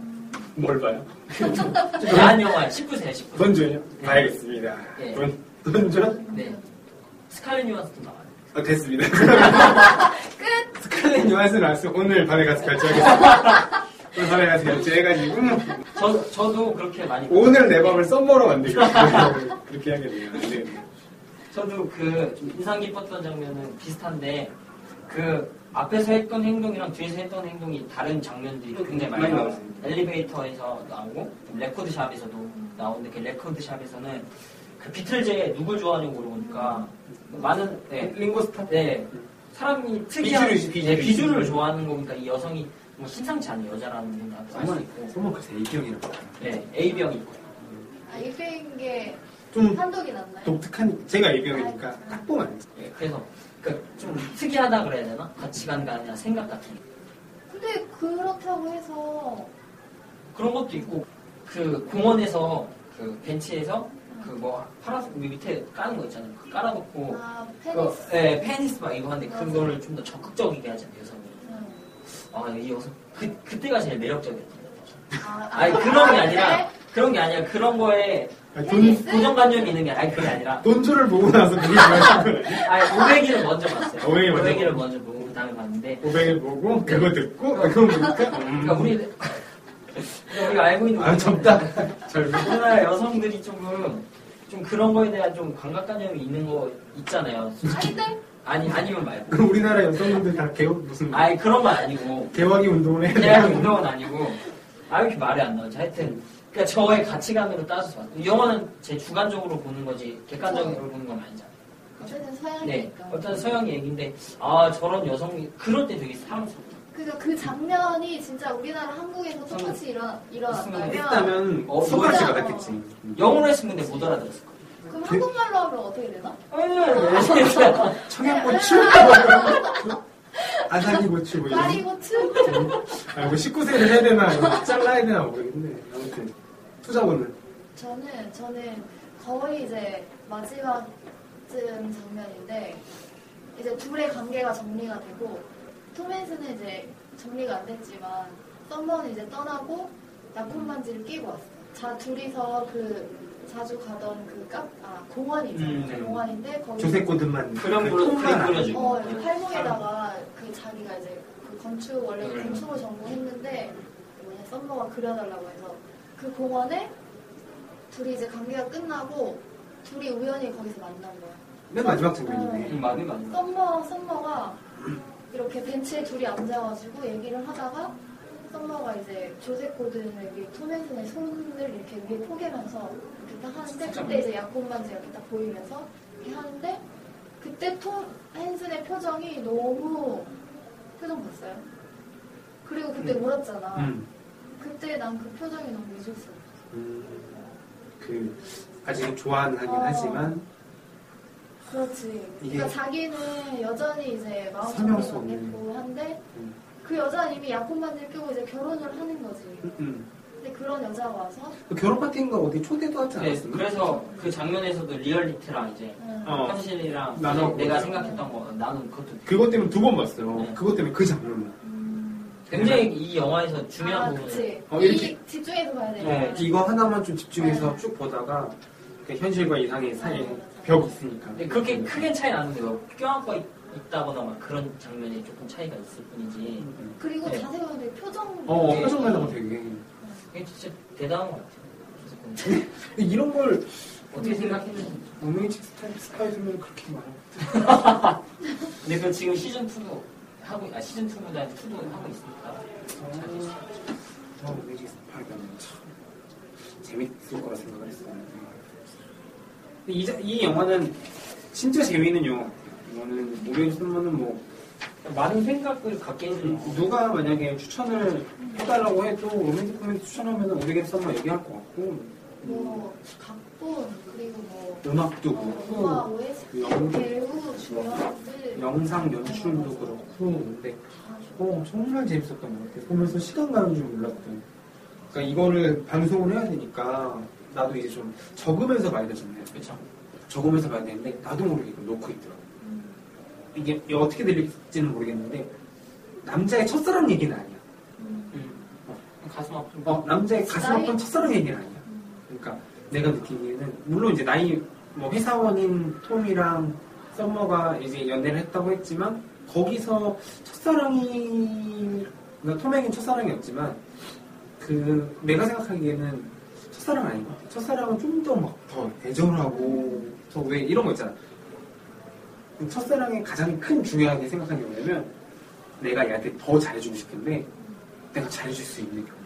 Speaker 1: 뭘 봐요?
Speaker 4: 좀 야한 영화 19세요, 19세.
Speaker 1: 돈존이요?
Speaker 4: 네.
Speaker 1: 알겠습니다.
Speaker 4: 네.
Speaker 1: 돈, 돈존?
Speaker 4: 네. 스칼렛 요한스도 나와요.
Speaker 1: 아, 됐습니다. 끝! 스칼렛 요한슨 알수 오늘 밤에 가서 결제하겠습니다. 오늘 밤에 가서 결제해가지고
Speaker 4: 저, 저도 그렇게 많이.
Speaker 1: 오늘 내 밤을 썸머로 만들겠습니다. 그렇게 해야겠네요. 안 되겠네요.
Speaker 4: 저도 그좀 인상 깊었던 장면은 비슷한데, 그 앞에서 했던 행동이랑 뒤에서 했던 행동이 다른 장면들이 굉장히 많이
Speaker 1: 음, 많이
Speaker 4: 나와요.
Speaker 1: 나오죠.
Speaker 4: 엘리베이터에서 나오고, 레코드샵에서도 나오는데, 그 레코드샵에서는 그 비틀즈에 누굴 좋아하냐고 물어보니까, 많은, 네.
Speaker 1: 링고스타?
Speaker 4: 네. 사람이 특이한
Speaker 1: 비주류지, 비주류.
Speaker 4: 네, 비주류를 좋아하는 거니까 이 여성이 뭐 신상치 않은 여자라는 건알수 있고
Speaker 1: 썸머 그래서 애기형이라고.
Speaker 4: 네, A병일 거예요.
Speaker 3: 아, 일배인 게
Speaker 1: 좀
Speaker 3: 판독이 났나요?
Speaker 1: 독특한, 제가 애기형이니까 딱 보면 알죠.
Speaker 4: 네, 그래서 그러니까 좀 특이하다 그래야 되나? 가치관과 아니라 생각 같은 게.
Speaker 3: 근데 그렇다고 해서
Speaker 4: 그런 것도 있고 그 공원에서 그 벤치에서 그 뭐 파란색 밑에 까는 거 있잖아요. 그 깔아놓고
Speaker 3: 아
Speaker 4: 그거,
Speaker 3: 페니스
Speaker 4: 네, 페니스 막 이거 하는데
Speaker 3: 맞아.
Speaker 4: 그거를 좀 더 적극적이게 하잖아요. 여성이.
Speaker 3: 음.
Speaker 4: 아, 이 여성 그 그때가 제일 매력적이었던 것 같아요.
Speaker 3: 아,
Speaker 4: 아니 그런 게 아니라 그런 게 아니라 그런 거에
Speaker 1: 아니,
Speaker 3: 돈-
Speaker 4: 고정관념이 있는 게 아니 그게 아니라
Speaker 1: 돈조를 보고 나서 그게 좋아요.
Speaker 4: 아니 오백이를 먼저 봤어요.
Speaker 1: 오백이 먼저
Speaker 4: 오백이를 먼저 보고 그다음에 봤는데
Speaker 1: 500을 보고, 그거 듣고, 아, 그거 보니까, 음.
Speaker 4: 어. 그러니까 우리 그러니까 우리가 알고 있는
Speaker 1: 아,
Speaker 4: 우리나라-
Speaker 1: 접다. 젊은.
Speaker 4: 우리나라 여성들이 조금 좀 그런 거에 대한 좀 감각관념이 있는 거 있잖아요.
Speaker 3: 아이들
Speaker 4: 아니 아니면 말고.
Speaker 1: 그럼 우리나라 여성분들 다 개혁, 무슨,
Speaker 4: 아니 그런 건 아니고
Speaker 1: 개혁이 운동을 해야
Speaker 4: 대학
Speaker 1: 되는
Speaker 4: 운동은 아니고 아 왜 이렇게 말이 안 나오지. 하여튼 그러니까 저의 가치관으로 따져서 봤어요. 영화는 제 주관적으로 보는 거지 객관적으로 보는 건 아니잖아요.
Speaker 3: 어쨌든 서양이니까.
Speaker 4: 네, 어떤 서양 얘기인데 아 저런 여성이 그럴 때 되게 사랑스럽다.
Speaker 3: 그러니까 그 장면이 진짜 우리나라 한국에서 똑같이 일어 일어났다면
Speaker 1: 했다면
Speaker 4: 어,
Speaker 1: 손가락이
Speaker 3: 진짜.
Speaker 1: 받았겠지.
Speaker 4: 영어로 했으면 근데 못 알아들었을 거야.
Speaker 3: 그럼 한국말로 하면 어떻게 되나?
Speaker 1: 청양고추? 아사리고추 뭐 이런.
Speaker 3: 파리고추?
Speaker 1: 아, 뭐 19세를 해야 되나, 이거 잘라야 되나 모르겠네. 아무튼, 투자고는.
Speaker 3: 저는 저는 거의 이제 마지막쯤 장면인데 이제 둘의 관계가 정리가 되고 토맨스는 이제 정리가 안 됐지만 썸머는 이제 떠나고 약혼 반지를 끼고 왔어. 자 둘이서 그 자주 가던 그 카, 아 공원이죠.
Speaker 4: 음, 네.
Speaker 3: 공원인데 거기
Speaker 1: 조세 꼬든만.
Speaker 4: 그런 걸로 그림 그려주고.
Speaker 3: 어, 이제 팔목에다가 그 자기가 이제 그 건축 원래
Speaker 4: 음.
Speaker 3: 건축을 전공했는데 뭐냐 썸머가 그려달라고 해서 그 공원에 둘이 이제 관계가 끝나고 둘이 우연히 거기서 만난 거야.
Speaker 1: 맨 마지막 장면이네.
Speaker 4: 음, 많이 많이.
Speaker 3: 썸머 썸머가 이렇게 벤치에 둘이 앉아가지고 얘기를 하다가 썸머가 이제 조셉 고든을 이렇게 토맨슨의 손을 이렇게 위에 포개면서 이렇게 딱 하는데 그때 이제 약혼 반지 이렇게 딱 보이면서 이렇게 하는데 그때 토맨슨의 표정이 너무 표정 봤어요. 그리고 그때 울었잖아.
Speaker 1: 음.
Speaker 3: 그때 난 그 표정이 너무 잊을 수 없어.
Speaker 1: 음. 그, 아직 좋아하긴
Speaker 3: 어.
Speaker 1: 하지만,
Speaker 3: 그렇지.
Speaker 1: 이게-
Speaker 3: 그러니까 자기는 여전히 이제 마음
Speaker 1: 설명할 수
Speaker 3: 정리가 안
Speaker 1: 없는-
Speaker 3: 됐고 한데
Speaker 1: 음.
Speaker 3: 그 여자는 이미 약혼반지를 끼고 이제 결혼을 하는 거지.
Speaker 1: 음, 음.
Speaker 3: 근데 그런 여자가 와서
Speaker 1: 그 결혼 파티인가 어디 초대도 하지
Speaker 4: 네,
Speaker 1: 않았었나?
Speaker 4: 그래서 그 장면에서도 리얼리티랑 이제
Speaker 3: 음,
Speaker 1: 어.
Speaker 4: 현실이랑
Speaker 1: 나눠
Speaker 4: 이제 내가
Speaker 1: 보자.
Speaker 4: 생각했던 거 나는 그것도
Speaker 1: 그것 때문에 두 번 봤어요.
Speaker 4: 네.
Speaker 1: 그것 때문에 그 장면만.
Speaker 3: 음.
Speaker 1: 그
Speaker 4: 굉장히 이 영화에서 중요한
Speaker 3: 아,
Speaker 4: 부분.
Speaker 3: 그치.
Speaker 1: 어,
Speaker 3: 이
Speaker 1: 이렇게-
Speaker 3: 집중해서 봐야 돼.
Speaker 1: 네, 이거 하나만 좀 집중해서 쭉 보다가, 그 현실과 이상의 사이에 벽 있으니까. 네.
Speaker 4: 근데 네, 그렇게 크게 차이 나는데 뭐 껴안고 있- 있다거나 막 그런 장면이 조금 차이가 있을 뿐이지.
Speaker 1: 음.
Speaker 3: 그리고
Speaker 4: 네.
Speaker 3: 자세히 보면 내 표정. 뭐
Speaker 1: 어, 표정 말고 되게.
Speaker 4: 이게 진짜 대단한 것 같아요.
Speaker 1: 근데 이런 걸,
Speaker 4: 어떻게 생각했는지.
Speaker 1: 운명의 책 스타일, 스파이더맨 그렇게 많아.
Speaker 4: 근데 그 지금 시즌 2도 하고 아 시즌 2보다 2도 하고 있으니까. 잘 됐어요.
Speaker 1: 어, 매직 스파이더맨 참 재밌을 거라 생각을 했어요. 근데 이, 자- 이 영화는 진짜 재미있는 영화. 이거는 무료인 선물은 뭐
Speaker 4: 많은 생각을 갖게 해주는 거.
Speaker 1: 누가 만약에 추천을 해달라고 해도 로맨틱 코미디 추천하면 우리에게 선물 얘기할 것 같고
Speaker 3: 뭐, 각본, 그리고 뭐,
Speaker 1: 음악도
Speaker 3: 어, 엄마
Speaker 1: 그렇고
Speaker 3: OST,
Speaker 1: 영-
Speaker 3: 배우, 주연들.
Speaker 1: 영상 연출도 그렇고 근데
Speaker 3: 다 좋아.
Speaker 1: 어, 정말 재밌었던 것 같아요. 보면서 시간 가는 줄 몰랐던. 그러니까 이거를 방송을 해야 되니까 나도 이제 좀 적으면서 봐야 되잖아요.
Speaker 4: 그렇죠.
Speaker 1: 적으면서 봐야 되는데 나도 모르게 이걸 놓고 있더라고. 요
Speaker 3: 음,
Speaker 1: 이게 어떻게 들릴지는 모르겠는데 남자의 첫사랑 얘기는 아니야.
Speaker 3: 음,
Speaker 4: 가슴 그 아픈
Speaker 1: 어, 남자의 가슴
Speaker 3: 나이?
Speaker 1: 아픈 첫사랑 얘기는 아니야.
Speaker 3: 음.
Speaker 1: 그러니까 내가 느끼기에는 물론 이제 나이 뭐 회사원인 톰이랑 썸머가 이제 연애를 했다고 했지만 거기서 첫사랑이 그러니까 톰에겐 첫사랑이었지만 그 내가 생각하기에는 첫사랑 아닌 것 같아. 첫사랑은 좀 더 막 더 애절하고 더 왜 이런 거 있잖아. 그 첫사랑의 가장 큰 중요하게 생각한 게 뭐냐면 내가 얘한테 더 잘해주고 싶은데 내가 잘해줄 수 있는 경우.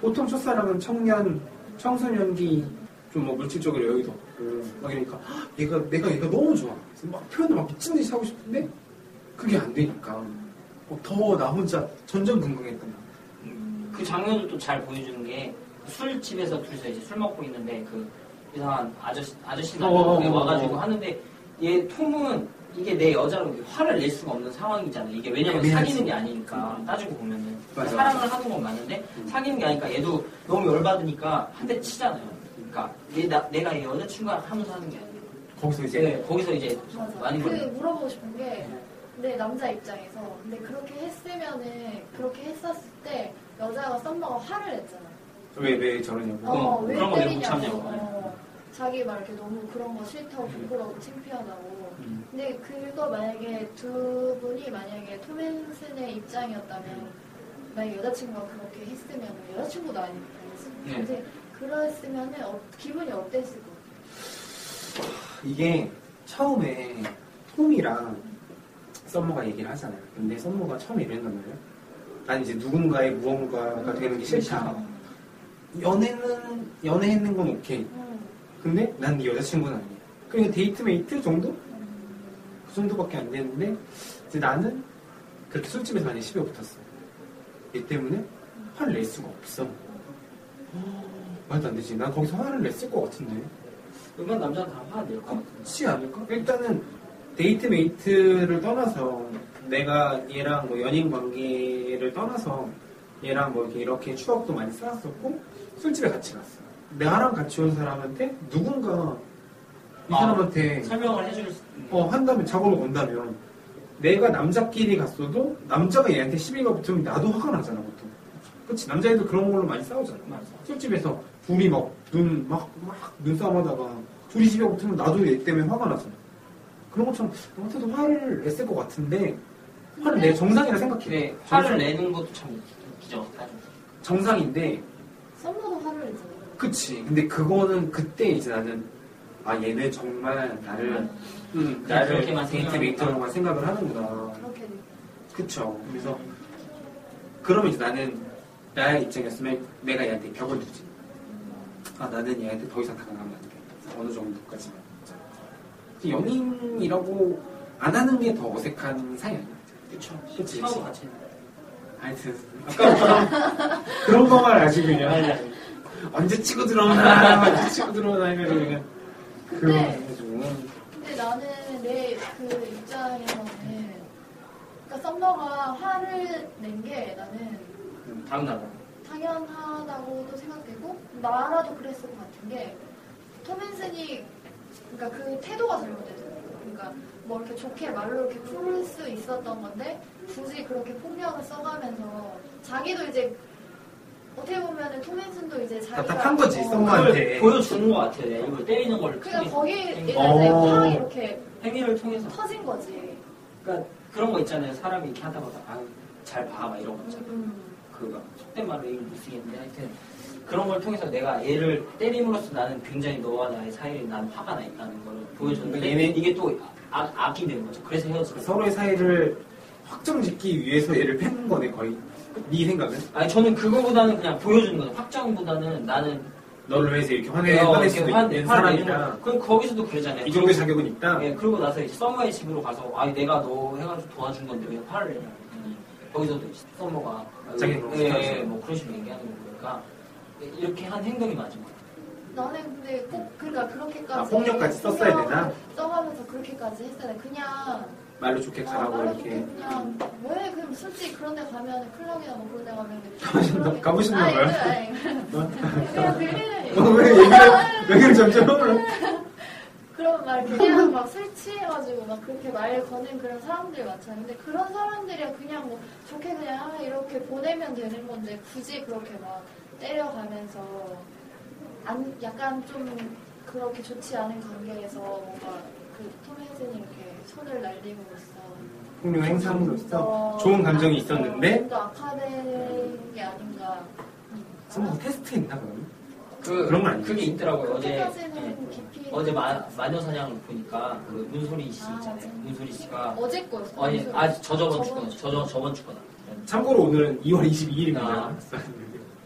Speaker 1: 보통 첫사랑은 청년, 청소년기 좀 뭐 물질적으로 여유도 없고 막 이러니까 "헉, 얘가 내가 얘가 너무 좋아. 그래서 막 표현을 막 미친 듯이 하고 싶은데 그게 안 되니까 뭐 더 나 혼자 전전긍긍했던 거.
Speaker 4: 그 장면을 또 잘 보여주는 게 술집에서 둘이서 이제 술 먹고 있는데 그 이상한 아저씨 아저씨 나
Speaker 1: 어, 어, 어,
Speaker 4: 와가지고
Speaker 1: 어.
Speaker 4: 하는데 얘 톰은 이게 내 여자로 화를 낼 수가 없는 상황이잖아. 이게 왜냐면
Speaker 1: 애매하지.
Speaker 4: 사귀는 게 아니니까 따지고 보면은
Speaker 1: 맞아.
Speaker 4: 사랑을 하는 건 맞는데
Speaker 1: 음.
Speaker 4: 사귀는 게 아니니까 얘도 너무 열받으니까 한 대 치잖아요. 그러니까 얘, 나, 내가 얘 여자친구랑 하면서 하는 게 아니고
Speaker 1: 거기서 이제
Speaker 4: 네, 거기서 이제
Speaker 3: 맞아.
Speaker 4: 많이
Speaker 3: 그
Speaker 4: 걸려요.
Speaker 3: 물어보고 싶은 게, 내 남자 입장에서, 근데 그렇게 했으면은, 그렇게 했었을 때, 여자가 썸머가 화를 냈잖아.
Speaker 1: 왜 왜 저러냐고.
Speaker 3: 어, 왜
Speaker 4: 그런 거 내가 못 음.
Speaker 3: 때리냐고.
Speaker 4: 참냐고.
Speaker 3: 어, 자기 막 이렇게 너무 그런 거 싫다고 부끄러워 창피하다고.
Speaker 1: 음.
Speaker 3: 근데 그거 만약에 두 분이 만약에 토맨슨의 입장이었다면 만약 여자친구가 그렇게 했으면 여자친구도 아니고
Speaker 4: 네.
Speaker 3: 근데 그랬으면 어, 기분이 어땠을 것 같아요?
Speaker 1: 이게 처음에 톰이랑 썸머가 얘기를 하잖아요. 근데 썸머가 처음에 이랬단 말이에요. 난 이제 누군가의 무언가가 되는 게 싫다. 연애는 연애했는 건 오케이.
Speaker 3: 음.
Speaker 1: 근데 난 네 여자친구는 아니야. 그냥 데이트메이트 정도? 그 정도밖에 안 되는데 이제 나는 그렇게 술집에서 많이 시비가 붙었어. 얘 때문에 화를 낼 수가 없어. 어, 말도 안 되지. 난 거기서 화를 냈을 것 같은데.
Speaker 4: 웬만 남자는 다 화낼 것 같아요.
Speaker 1: 그렇지 않을까? 일단은 데이트 메이트를 떠나서 내가 얘랑 뭐 연인 관계를 떠나서 얘랑 뭐 이렇게, 이렇게 추억도 많이 쌓았었고 술집에 같이 갔어. 나랑 같이 온 사람한테 누군가 이
Speaker 4: 아,
Speaker 1: 사람한테
Speaker 4: 설명을 해줄 수 있는
Speaker 1: 어, 한다면 작업을 건다면 내가 남자끼리 갔어도 남자가 얘한테 시비가 붙으면 나도 화가 나잖아 보통. 그치 남자애들 그런 걸로 많이 싸우잖아.
Speaker 4: 맞아.
Speaker 1: 술집에서 둘이 막눈막막 눈싸움하다가 둘이 시비가 붙으면 나도 얘 때문에 화가 나잖아. 그런 것처럼 나한테도 화를 냈을 것 같은데 화를 내 정상이라 생각해.
Speaker 4: 길에
Speaker 1: 정상-
Speaker 4: 네, 화를 내는 것도 참 웃기죠. 사실.
Speaker 1: 정상인데
Speaker 3: 썸머도 화를 내잖아요.
Speaker 1: 그치. 근데 그거는 그때 이제 나는 아 얘는 정말
Speaker 4: 네.
Speaker 1: 나를 음, 나를
Speaker 4: 그렇게만
Speaker 1: 데이트
Speaker 4: 생각하는구나.
Speaker 1: 메이트로만 생각을 하는구나.
Speaker 3: 그렇게 돼.
Speaker 1: 그쵸. 그래서 그러면 이제 나는 나의 입장이었으면 내가 얘한테 벽을 두지. 아 나는 얘한테 더 이상 다가가면 안 돼. 어느 정도까지만. 연인이라고 안 하는 게 더 어색한 사이 아니야?
Speaker 4: 그쵸.
Speaker 1: 그치,
Speaker 4: 하고
Speaker 1: 그치.
Speaker 4: 같이.
Speaker 1: 하여튼 아까부터 그런 거만 아주 그냥 언제 치고 들어오나 언제 치고 들어오나 이거 그냥 그런 그러니까
Speaker 3: 근데
Speaker 1: 해가지고
Speaker 3: 근데 나는 내 그 입장에서는 그러니까 썸머가 화를 낸 게 나는
Speaker 4: 다음 날.
Speaker 3: 당연하다고도 생각되고 나라도 그랬을 것 같은 게 토맨슨이 그러니까 그 태도가 잘못됐어요. 그러니까 뭐 이렇게 좋게 말로 이렇게 풀 수 있었던 건데 굳이 그렇게 폭력을 써가면서 자기도 이제 어떻게 보면은 토맨슨도 이제 자기가 어,
Speaker 1: 답답한 거지, 썸머.
Speaker 4: 그걸 보여주는 것 같아요. 내가
Speaker 1: 그러니까
Speaker 4: 이걸 때리는 걸
Speaker 3: 그냥
Speaker 4: 통해서.
Speaker 3: 그러니까 거기에
Speaker 4: 음.
Speaker 3: 이제
Speaker 1: 어.
Speaker 3: 확 이렇게
Speaker 4: 행위를 통해서.
Speaker 3: 터진 거지.
Speaker 4: 그러니까 그런 거 있잖아요. 사람이 이렇게 하다가 아잘 봐, 막 이런 거 있잖아요.
Speaker 3: 음.
Speaker 4: 그거 속된 말로 이걸 못 쓰겠는데 하여튼 그런 걸 통해서 내가 얘를 때림으로써 나는 굉장히 너와 나의 사이에 난 화가 나 있다는 걸 보여줬는데
Speaker 1: 그러니까 얘네-
Speaker 4: 이게 또 아, 악이 되는 거죠. 그래서 헤어졌어요.
Speaker 1: 서로의 사이를 확정짓기 위해서 얘를 팬 거네 거의 네 생각은?
Speaker 4: 아니 저는 그거보다는 그냥 보여주는 거예요. 확정보다는 나는
Speaker 1: 너를 위해서 네, 이렇게 화내,
Speaker 4: 내가
Speaker 1: 화낼
Speaker 4: 이렇게
Speaker 1: 수도
Speaker 4: 화-
Speaker 1: 있는
Speaker 4: 화를
Speaker 1: 사람이라 네.
Speaker 4: 내는 거. 그 거기서도 그러잖아요.
Speaker 1: 이 정도의 자격은 있다?
Speaker 4: 예, 그러고 나서 이제 썸머의 집으로 가서 아 내가 너 해가지고 도와준 건데 왜 화를 내냐 그랬더니 거기서도 이제 썸머가
Speaker 1: 자기 너무
Speaker 4: 예,
Speaker 1: 싫어하지.
Speaker 4: 예, 뭐 그런 식으로 얘기하는 거니까 이렇게 한 행동이 맞은 거예요.
Speaker 3: 나는 근데 꼭 그러니까 그렇게까지
Speaker 1: 아, 폭력까지 썼어야
Speaker 3: 폭력을
Speaker 1: 되나?
Speaker 3: 써가면서 그렇게까지 했어야 돼. 그냥 아,
Speaker 1: 말로 좋게 가라고 이렇게
Speaker 3: 그냥 왜 그럼 솔직히 그런 데 가면 클럽이나 뭐 그런 데 가면
Speaker 1: 가보신 분- 가보신 분
Speaker 3: 아니,
Speaker 1: 봐요?
Speaker 3: 그, 아니, 그냥
Speaker 1: 어,
Speaker 3: 그냥
Speaker 1: 왜 얘기를 얘기를 점점
Speaker 3: 그런 말 그냥 막 술 취해가지고 막 그렇게 말 거는 그런 사람들 많잖아요. 근데 그런 사람들이야 그냥 뭐 좋게 그냥 아, 이렇게 보내면 되는 건데 굳이 그렇게 막 때려가면서 안 약간 좀 그렇게 좋지 않은 관계에서 뭔가 그 토메슨이 이렇게 손을 날림으로써 어,
Speaker 1: 폭력 행사함으로써 그 좋은 감정이 있었는데
Speaker 3: 더 악화된 게 아닌가.
Speaker 1: 선생님 테스트 있나 그러면?
Speaker 4: 그,
Speaker 1: 그런 건 아니에요.
Speaker 4: 그게 있더라고요. 어제
Speaker 3: 어제까지는
Speaker 4: 예.
Speaker 3: 깊이
Speaker 4: 어제 마, 마녀사냥을 보니까 그 문소리 씨
Speaker 3: 아,
Speaker 4: 있잖아요.
Speaker 3: 맞아요.
Speaker 4: 문소리 씨가
Speaker 3: 어제 거였어.
Speaker 4: 아니 아 저저번 주
Speaker 3: 저번
Speaker 4: 거죠. 저저 저번 주 거다.
Speaker 1: 참고로 오늘은 2월 22일입니다
Speaker 4: 아.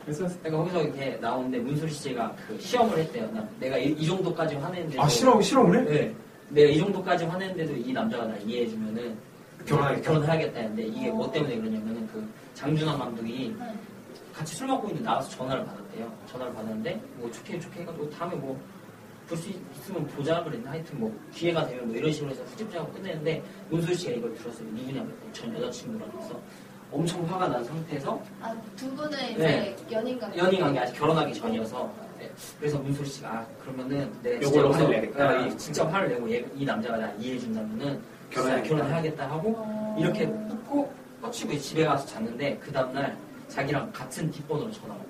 Speaker 1: 그래서
Speaker 4: 그러니까 거기서 이렇게 나오는데 문소리 씨가 그 시험을 했대요. 나- 내가 이, 이 정도까지 화냈는데
Speaker 1: 아 실험 실험을 해?
Speaker 4: 네. 내가 이 정도까지 화냈는데도 이 남자가 나 이해해주면은
Speaker 1: 결혼하겠다.
Speaker 4: 결혼하겠다 했는데 이게 뭐 때문에 그러냐면은 그 장준환 감독이
Speaker 1: 아,
Speaker 3: 네.
Speaker 4: 같이 술 먹고 있는데 나와서 전화를 받았대요. 전화를 받았는데 뭐 좋게 좋게 해가지고 다음에 뭐 볼 수 있으면 보자 그랬는데 하여튼 뭐 기회가 되면 뭐 이런 식으로 해서 후집지하고 끝냈는데 문솔 씨가 이걸 들었어요. 누구냐고 그랬더니 전 여자친구라고 해서 엄청 화가 난 상태에서
Speaker 3: 아, 두 분은 이제
Speaker 4: 네.
Speaker 3: 연인 관계.
Speaker 4: 연인 관계 아직 결혼하기 전이어서 네. 그래서 문솔 씨가 아, 그러면은 내
Speaker 1: 요걸로
Speaker 4: 진짜
Speaker 1: 화를 내겠다.
Speaker 4: 아, 이- 진짜 화를 내고 얘- 이 남자가 나 이해해 준다면은
Speaker 1: 결혼하겠다.
Speaker 4: 결혼해야겠다 하고
Speaker 3: 어.
Speaker 4: 이렇게 꽂고 꽂히고 집에 가서 잤는데 그 다음날 자기랑 같은 뒷번호로 전화 왔어요.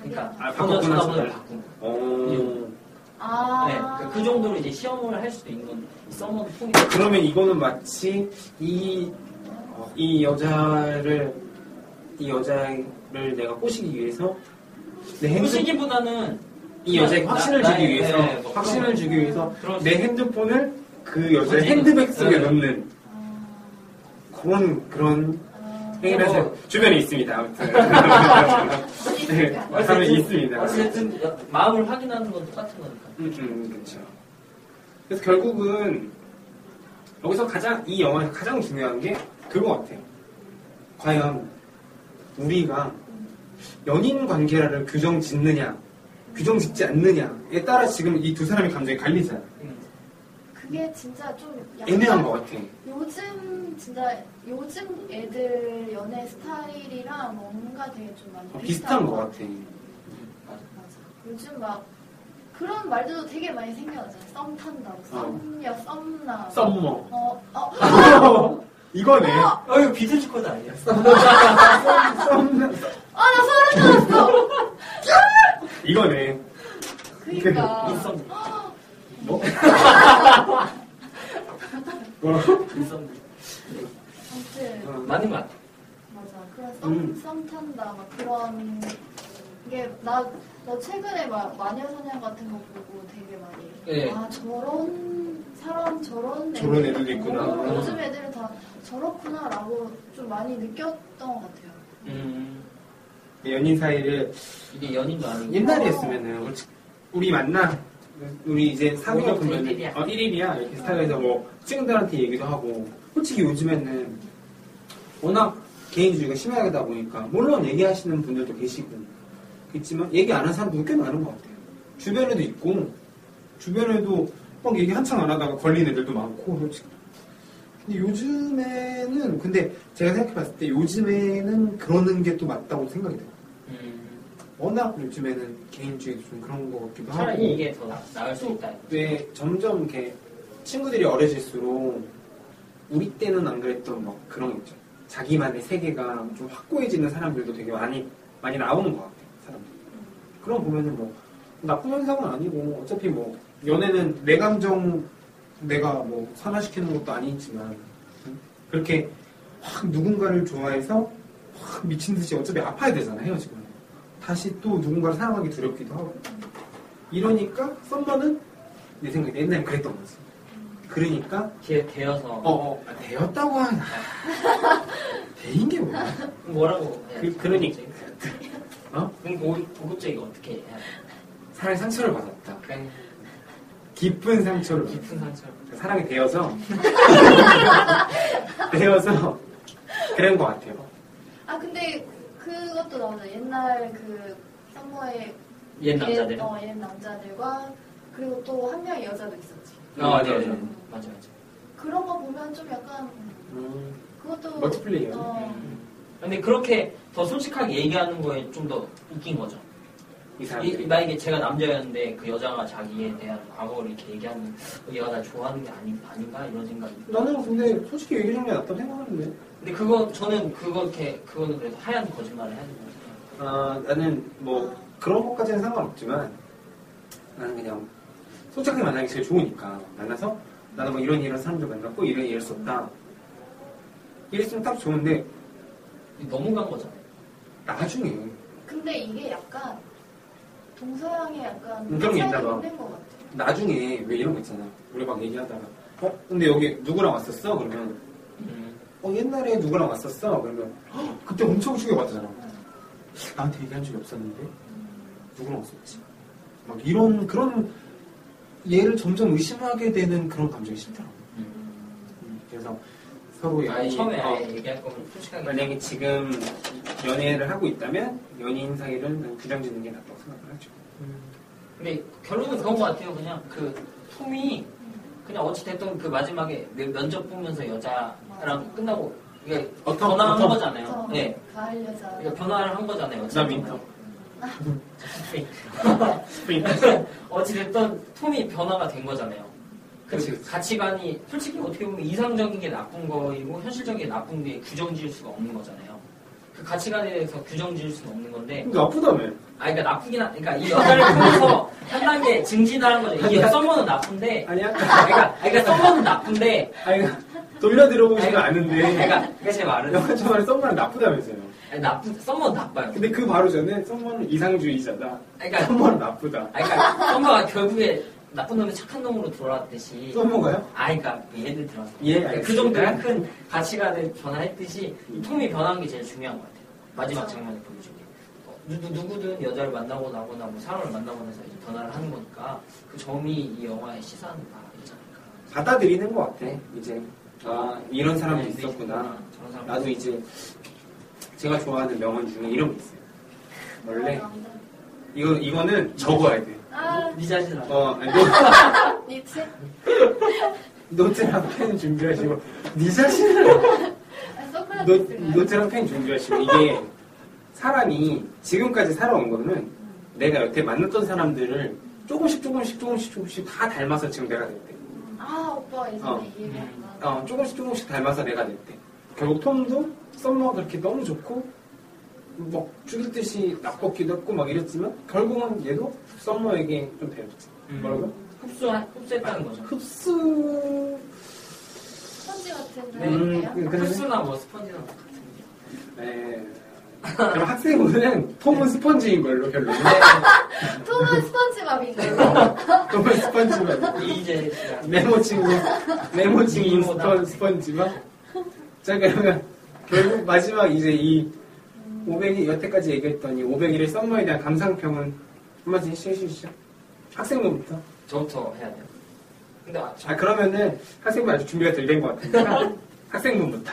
Speaker 4: 그러니까
Speaker 1: 아,
Speaker 4: 번호
Speaker 1: 바꿨구나.
Speaker 4: 전화번호를 바꾼 거.
Speaker 1: 어...
Speaker 3: 아.
Speaker 4: 네, 그러니까 그 정도로 이제 시험을 할 수도 있는 건 썸머 통이
Speaker 1: 그러면 이거는 마치 이, 어, 이 여자를 이 여자를 내가 꼬시기 위해서 내
Speaker 4: 그
Speaker 1: 핸드,
Speaker 4: 무시기보다는 그러니까
Speaker 1: 이 여자에게
Speaker 4: 나-
Speaker 1: 확신을
Speaker 4: 나의-
Speaker 1: 주기 위해서
Speaker 4: 네, 뭐 그런
Speaker 1: 확신을
Speaker 4: 거.
Speaker 1: 주기 위해서
Speaker 4: 그런
Speaker 1: 내 핸드폰을 그 여자의
Speaker 4: 거지.
Speaker 1: 핸드백 속에
Speaker 4: 네.
Speaker 1: 넣는 그런 그런
Speaker 3: 아.
Speaker 1: 행위를 해서
Speaker 4: 뭐.
Speaker 1: 주변에 있습니다. 아무튼 네, 사람이 있습니다.
Speaker 4: 어쨌든 마음을 확인하는 건 똑같은 거니까.
Speaker 1: 음, 음, 그렇죠. 그래서 결국은 여기서 가장 이 영화에서 가장 중요한 게 그거 같아요. 과연 우리가 연인 관계를 규정 짓느냐, 규정 짓지 않느냐에 따라 지금 이 두 사람의 감정이 갈리잖아.
Speaker 3: 그게 진짜 좀 약간
Speaker 1: 애매한 것 같아.
Speaker 3: 요즘 진짜 요즘 애들 연애 스타일이랑 뭔가 되게 좀 많이
Speaker 1: 어,
Speaker 3: 비슷한
Speaker 1: 비슷한 것 같아.
Speaker 3: 맞아. 요즘 막 그런 말들도 되게 많이 생겨나잖아. 썸 탄다고, 뭐 썸녀, 썸나.
Speaker 1: 어. 썸머.
Speaker 3: 어, 어,
Speaker 1: 이거네.
Speaker 4: 어, 이거 비틀즈 코드 아니었어?
Speaker 3: 아, 나 소름 돋았어.
Speaker 1: 이거네.
Speaker 3: 그니까.
Speaker 4: 아. 인썸.
Speaker 1: 뭐?
Speaker 4: 인썸.
Speaker 3: 아무튼,
Speaker 4: 맞는 것 같아.
Speaker 3: 맞아. 그런 썸,
Speaker 1: 음.
Speaker 3: 썸 탄다, 막 그런. 이게, 나, 나 최근에 막 마녀사냥 같은 거 보고 되게 많이.
Speaker 4: 예.
Speaker 3: 아, 저런 사람, 저런 애들.
Speaker 1: 저런 애들도 있구나. 아.
Speaker 3: 어, 요즘 애들은 다 저렇구나라고 좀 많이 느꼈던 것 같아요.
Speaker 4: 음,
Speaker 1: 연인 사이를
Speaker 4: 이게 연인도 아니고.
Speaker 1: 음. 옛날에 했으면은 우리 치- 우리 만나 우리 이제 사귀어
Speaker 4: 우리
Speaker 1: 보면
Speaker 4: 일일이야.
Speaker 1: 어 1일이야 이렇게 스타일에서 뭐 친구들한테 얘기도 하고 솔직히 요즘에는 워낙 개인주의가 심하다 보니까 물론 얘기하시는 분들도 계시고 있지만 얘기 안 하는 사람도 꽤 많은 것 같아요 주변에도 있고 주변에도 막 얘기 한참 안 하다가 걸린 애들도 많고 솔직히 근데 요즘에는 근데 제가 생각해봤을 때 요즘에는 그러는 게 또 맞다고 생각이 돼요
Speaker 4: 음,
Speaker 1: 워낙 요즘에는 개인주의도 좀 그런 것 같기도 하고
Speaker 4: 차라리 이게 더 나- 나을 수 있다.
Speaker 1: 왜 점점 이렇게 친구들이 어려질수록 우리 때는 안 그랬던 막 그런 거 있죠 자기만의 세계가 좀 확고해지는 사람들도 되게 많이 많이 나오는 것 같아요 사람들 그런 거 보면은 뭐 나쁜 현상은 아니고 어차피 뭐 연애는 내 감정 내가 뭐 산화시키는 것도 아니지만 그렇게 확 누군가를 좋아해서 확 미친 듯이 어차피 아파야 되잖아 헤어지면 다시 또 누군가를 사랑하기 두렵기도 하고 이러니까 썸머는 내 생각에 옛날에 그랬던 거지 그러니까
Speaker 4: 기회 되어서
Speaker 1: 어어 아, 되었다고 하나 대인 게 뭐야
Speaker 4: 뭐라고 해야
Speaker 1: 그- 그러니까. 어?
Speaker 4: 그럼 우리 보급적이가 어떻게 해야 돼?
Speaker 1: 사랑의 상처를 받았다
Speaker 4: 그냥
Speaker 1: 깊은 상처를 받았다. 그러니까
Speaker 4: 깊은 상처를
Speaker 1: 사랑이 되어서 되어서 그런 것 같아요
Speaker 3: 아 근데 그것도 나오잖아 옛날 그 썸머의
Speaker 4: 옛 남자들은
Speaker 3: 어, 옛 남자들과 그리고 또 한 명의 여자도 있었지
Speaker 4: 아, 맞아,
Speaker 1: 네.
Speaker 4: 맞아. 맞아, 맞아.
Speaker 3: 그런 거 보면 좀 약간 음,
Speaker 1: 음,
Speaker 3: 그것도
Speaker 1: 멀티플레이어.
Speaker 3: 어,
Speaker 4: 근데 그렇게 더 솔직하게 얘기하는 거에 좀 더 웃긴 거죠.
Speaker 1: 이
Speaker 4: 이,
Speaker 1: 사람들이
Speaker 4: 만약에 제가 남자였는데 그 여자가 자기에 대한 과거를 이렇게 얘기하면 어, 얘가 나 좋아하는 게 아니, 아닌가 이런 생각이 들어요.
Speaker 1: 나는 근데 솔직히 얘기해준 게 낫다고 생각하는데
Speaker 4: 근데 그거 저는 그거 이렇게 그거는 그래도 하얀 거짓말을 해야 된다고 생각해요.
Speaker 1: 아, 나는 뭐 그런 것까지는 상관없지만 나는 그냥 솔직하게 만나기 제일 좋으니까 만나서 나는 뭐 이런 이런 사람들 만났고 이런 이럴 수 없다 이랬으면 딱 좋은데
Speaker 4: 너무 간 거잖아요.
Speaker 1: 나중에
Speaker 3: 근데 이게 약간 동서양의 약간
Speaker 1: 음, 그런 게 있나 봐.
Speaker 3: 있는 것 같아
Speaker 1: 나중에 왜 이런 거 있잖아 우리 막 얘기하다가 어? 근데 여기 누구랑 왔었어? 그러면
Speaker 4: 음,
Speaker 1: 어 옛날에 누구랑 왔었어? 그러면 "헉, 그때 엄청 충격받잖아 나한테 얘기한 적이 없었는데 누구랑 왔었지? 막 이런 그런 얘를 점점 의심하게 되는 그런 감정이 싫더라고 음, 그래서 서로
Speaker 4: 아예
Speaker 1: 연인,
Speaker 4: 처음에
Speaker 1: 어,
Speaker 4: 아예 얘기할 거면 솔직하게
Speaker 1: 만약에 지금 연애를 하고 있다면 연인 사이를 난 규정짓는 게 낫다고 생각을 하죠
Speaker 4: 근데 결론은 그런 것 같아요. 그냥 그 품이 그냥 어찌 됐든 그 마지막에 면- 면접 보면서 여자랑 끝나고 이게
Speaker 1: 어떤-
Speaker 4: 변화한
Speaker 1: 어떤-
Speaker 4: 거잖아요.
Speaker 3: 저
Speaker 4: 네,
Speaker 3: 가을 여자
Speaker 4: 그러니까 변화를 한 거잖아요.
Speaker 1: 나 민터.
Speaker 4: 어찌 됐든 품이 변화가 된 거잖아요. 그
Speaker 1: 그치, 그치.
Speaker 4: 가치관이 솔직히 어떻게 보면 이상적인 게 나쁜 거이고 현실적인 게 나쁜 게 규정 지을 수가 없는 거잖아요. 그 가치관에 대해서 규정 지을 수는 없는 건데
Speaker 1: 근데 나쁘다며
Speaker 4: 아, 그러니까 나쁘긴 한, 그러니까 이 여자를 통해서 한 단계 증진하는 거죠. 이 썸머는 나쁜데,
Speaker 1: 아니야
Speaker 4: 그러니까, 그러니까 썸머는 나쁜데,
Speaker 1: 아니 돌려 들어보지는 않은데
Speaker 4: 그러니까 그게 제 말은
Speaker 1: 영화 처음에 썸머는 나쁘다면서요
Speaker 4: 아니, 나쁜 썸머는 나빠요.
Speaker 1: 근데 그 바로 전에 썸머는 이상주의자다
Speaker 4: 그러니까,
Speaker 1: 썸머는 나쁘다
Speaker 4: 아니, 그러니까 썸머가 결국에 나쁜 놈이 착한 놈으로 돌아왔듯이,
Speaker 1: 썸머가요?
Speaker 4: 아, 그러니까 예를 들어서
Speaker 1: 예, 알겠습니다.
Speaker 4: 그 정도의 큰 가치관을 변화했듯이 이 톰이 변한 게 제일 중요한 것 같아요. 마지막
Speaker 1: 그렇죠.
Speaker 4: 장면에 보여준 게. 어, 누, 누구든 여자를 만나고 나거나 뭐 사람을 만나고 나서 이제 변화를 하는 거니까 그 점이 이 영화의 시사하는 바이잖아요.
Speaker 1: 받아들이는 것 같아. 이제 아 이런 사람도
Speaker 4: 네,
Speaker 1: 있었구나.
Speaker 4: 저런 사람도
Speaker 1: 나도 이제 제가 좋아하는 명언 중에 이런 게 있어요. 원래 이거 이거는 적어야 돼.
Speaker 3: 아,
Speaker 4: 네 자신 알아.
Speaker 1: 어 아니, 노-
Speaker 3: 니체?
Speaker 1: 노트랑 펜 준비하시고 네 자신을
Speaker 3: 아,
Speaker 1: 노,
Speaker 3: 소크라테스가요?
Speaker 1: 노트랑 펜 준비하시고 이게 사람이 지금까지 살아온 거는 내가 여태 만났던 사람들을 조금씩 조금씩 조금씩 조금씩 다 닮아서 지금 내가 됐대.
Speaker 3: 아, 오빠 예전에
Speaker 1: 어.
Speaker 3: 이 얘기했나?
Speaker 1: 어, 조금씩 조금씩 닮아서 내가 됐대. 결국 톰도 썸머가 그렇게 너무 좋고 막 죽일 듯이 나빴기도 했고 막 이랬지만 결국은 얘도 썸머에게 좀 배웠지.
Speaker 4: 음.
Speaker 1: 뭐라고?
Speaker 4: 흡수한 흡수했다는 거죠.
Speaker 1: 흡수.
Speaker 3: 스펀지 같은
Speaker 4: 네.
Speaker 3: 거예요?
Speaker 1: 음, 근데-
Speaker 4: 흡수나 뭐 스펀지나 같은 거.
Speaker 1: 에... 네. 그럼 학생부는 톰은 스펀지인 걸로 결론.
Speaker 3: 톰은 스펀지밥인 거예요.
Speaker 1: 네. 톰은 스펀지만.
Speaker 4: 이제 제가
Speaker 1: 네모 친구, 네모 친구
Speaker 4: 네모다.
Speaker 1: 스펀, 스펀지만. 자, 그러면 결국 마지막 이제 이 500이, 여태까지 얘기했던 이 501의 썸머에 대한 감상평은 한마디 해주시죠. 학생부부터.
Speaker 4: 저부터 해야 돼요. 근데 아,
Speaker 1: 아, 그러면은 학생부 아직 준비가 덜 된 것 같으니까 학생부부터.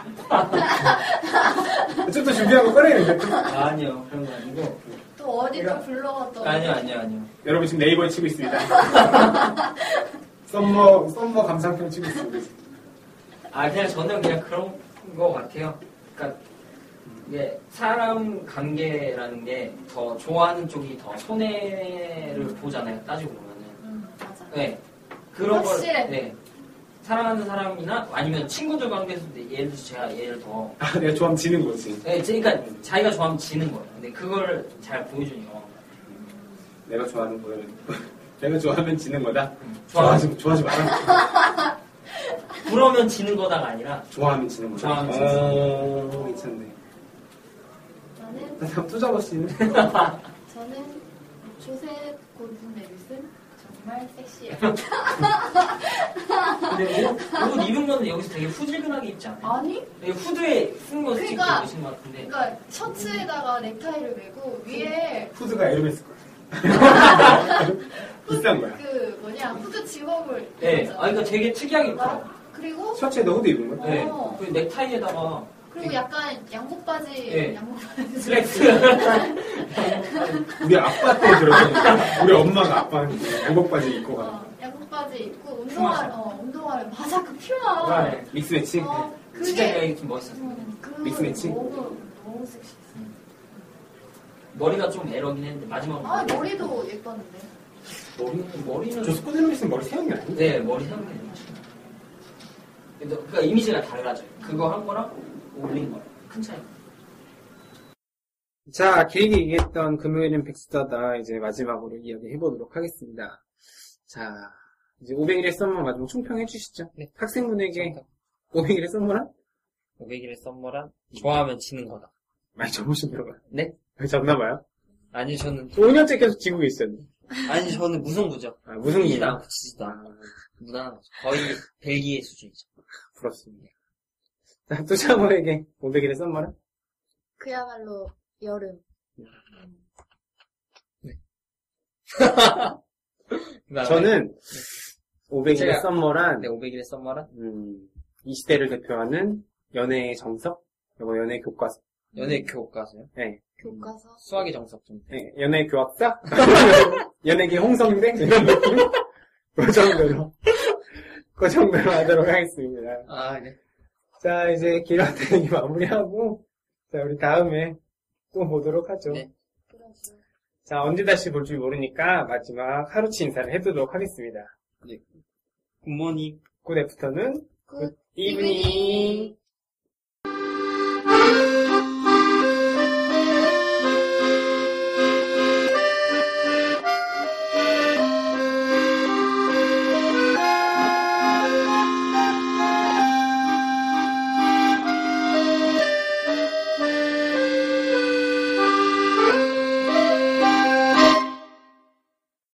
Speaker 1: 좀 더 준비한 거 꺼내는데. 또.
Speaker 4: 아, 니요 그런 거 아니고
Speaker 3: 또 어디
Speaker 1: 그러니까.
Speaker 3: 또 불러가도
Speaker 4: 아니요 아니요 아니요.
Speaker 1: 여러분 지금 네이버에 치고 있습니다. 썸머, 썸머 감상평 치고 있습니다.
Speaker 4: 아 그냥 저는 그냥 그런 거 같아요. 그러니까 이게 사람 관계라는 게 더 좋아하는 쪽이 더 손해를 보잖아요. 따지고 보면은.
Speaker 3: 음, 맞아.
Speaker 4: 네. 그런 걸
Speaker 3: 확실해.
Speaker 4: 네. 사랑하는 사람이나 아니면 친구들 관계에서도 예를 들어 제가 예를 더
Speaker 1: 아, 내가 좋아하면 지는 거지.
Speaker 4: 네, 그러니까 자기가 좋아하면 지는 거예요. 근데 그걸 잘 보여주는 영화.
Speaker 1: 내가 좋아하는 거는 내가 좋아하면 지는 거다.
Speaker 4: 음.
Speaker 1: 좋아하지 좋아하지 마라.
Speaker 4: 그러면 지는 거다가 아니라
Speaker 1: 좋아하면 지는 거다.
Speaker 4: 좋아하면 지는 거다.
Speaker 1: 오, 괜찮네.
Speaker 3: 나는,
Speaker 1: 나 다음 투자버 씨는
Speaker 3: 저는 조세 골든 메리슨 정말 섹시해요.
Speaker 4: 근데 옷, 옷 입은 거는 여기서 되게 후질근하게 입지 않아요?
Speaker 3: 아니?
Speaker 4: 되게 후드에 쓴거 찍고
Speaker 3: 그러니까.
Speaker 4: 오신 것 같은데
Speaker 3: 그러니까 셔츠에다가 넥타이를 메고 위에
Speaker 1: 후드가 에르메스 거야. 비싼 거야.
Speaker 3: 그 뭐냐 후드 지업을
Speaker 4: 네, 아 그러니까 되게 특이하게 입더라고
Speaker 3: 그리고
Speaker 1: 셔츠에다 후드 입은 거야?
Speaker 4: 네,
Speaker 3: 어.
Speaker 4: 그 넥타이에다가
Speaker 3: 그리고 약간 양복 바지
Speaker 4: 네.
Speaker 3: 양복 바지
Speaker 4: 슬랙스
Speaker 1: 우리 아빠 때 들었던 우리 엄마가 아빠한테 양복 바지 입고 가.
Speaker 3: 어, 양복 바지 입고 운동화 어 운동화를 맞아 그 퓨마
Speaker 4: 네.
Speaker 1: 믹스 뭐, 매치.
Speaker 3: 어
Speaker 4: 진짜
Speaker 3: 그게
Speaker 4: 여기 좀 멋있었어요
Speaker 3: 음, 그
Speaker 1: 믹스매치?
Speaker 3: 너무 너무 섹시
Speaker 4: 머리가 좀 에러긴 했는데 마지막으로
Speaker 3: 아 머리도 예뻤는데
Speaker 4: 머리는 머리는
Speaker 1: 저 스코드 루이스는 머리 세운 게 아니야?
Speaker 4: 네, 머리 세우는 게 좋죠. 근데 그러니까 이미지가 달라져요. 그거 한 거랑 올린 거랑 큰 차이.
Speaker 1: 자, 길게 얘기했던 금요일은 백수다다 이제 마지막으로 이야기해보도록 하겠습니다. 자, 이제 501의 썸머 마지막 총평해 주시죠.
Speaker 4: 네.
Speaker 1: 학생분에게 501의 썸머란?
Speaker 4: 500일의 썸머란 좋아하면 지는 거다.
Speaker 1: 많이 접으셨나 봐요.
Speaker 4: 네?
Speaker 1: 많이 졌나 봐요.
Speaker 4: 아니 저는
Speaker 1: 5년째 계속 지고 계셨네.
Speaker 4: 아니 저는 무승부죠.
Speaker 1: 아, 무승부요?
Speaker 4: 이기지도 않고 지지도
Speaker 1: 아,
Speaker 4: 않고 무난한 거죠. 거의 벨기에 수준이죠.
Speaker 1: 부럽습니다. 자, 투자모에게 501의 썸머란?
Speaker 5: 그야말로 여름.
Speaker 1: 저는 501의
Speaker 4: 네. 제가-
Speaker 1: 썸머란,
Speaker 4: 네, 500일의 썸머란
Speaker 1: 음, 이 시대를 대표하는 연애의 정석? 이거 연애 교과서?
Speaker 4: 연애 교과서요.
Speaker 1: 네.
Speaker 5: 교과서.
Speaker 4: 수학의 정석 좀.
Speaker 1: 예, 연애 교학사? 연예계 홍성대? 이런 느낌? 그 정도로. 그 정도로 하도록 하겠습니다.
Speaker 4: 아 네.
Speaker 1: 자, 이제 길한테 얘기 마무리하고, 자, 우리 다음에 또 보도록 하죠.
Speaker 4: 네.
Speaker 1: 자, 언제 다시 볼 줄 모르니까 마지막 하루치 인사를 해두도록 하겠습니다.
Speaker 4: 네. 굿모닝.
Speaker 1: 굿애프터는
Speaker 5: 굿
Speaker 1: 이브닝.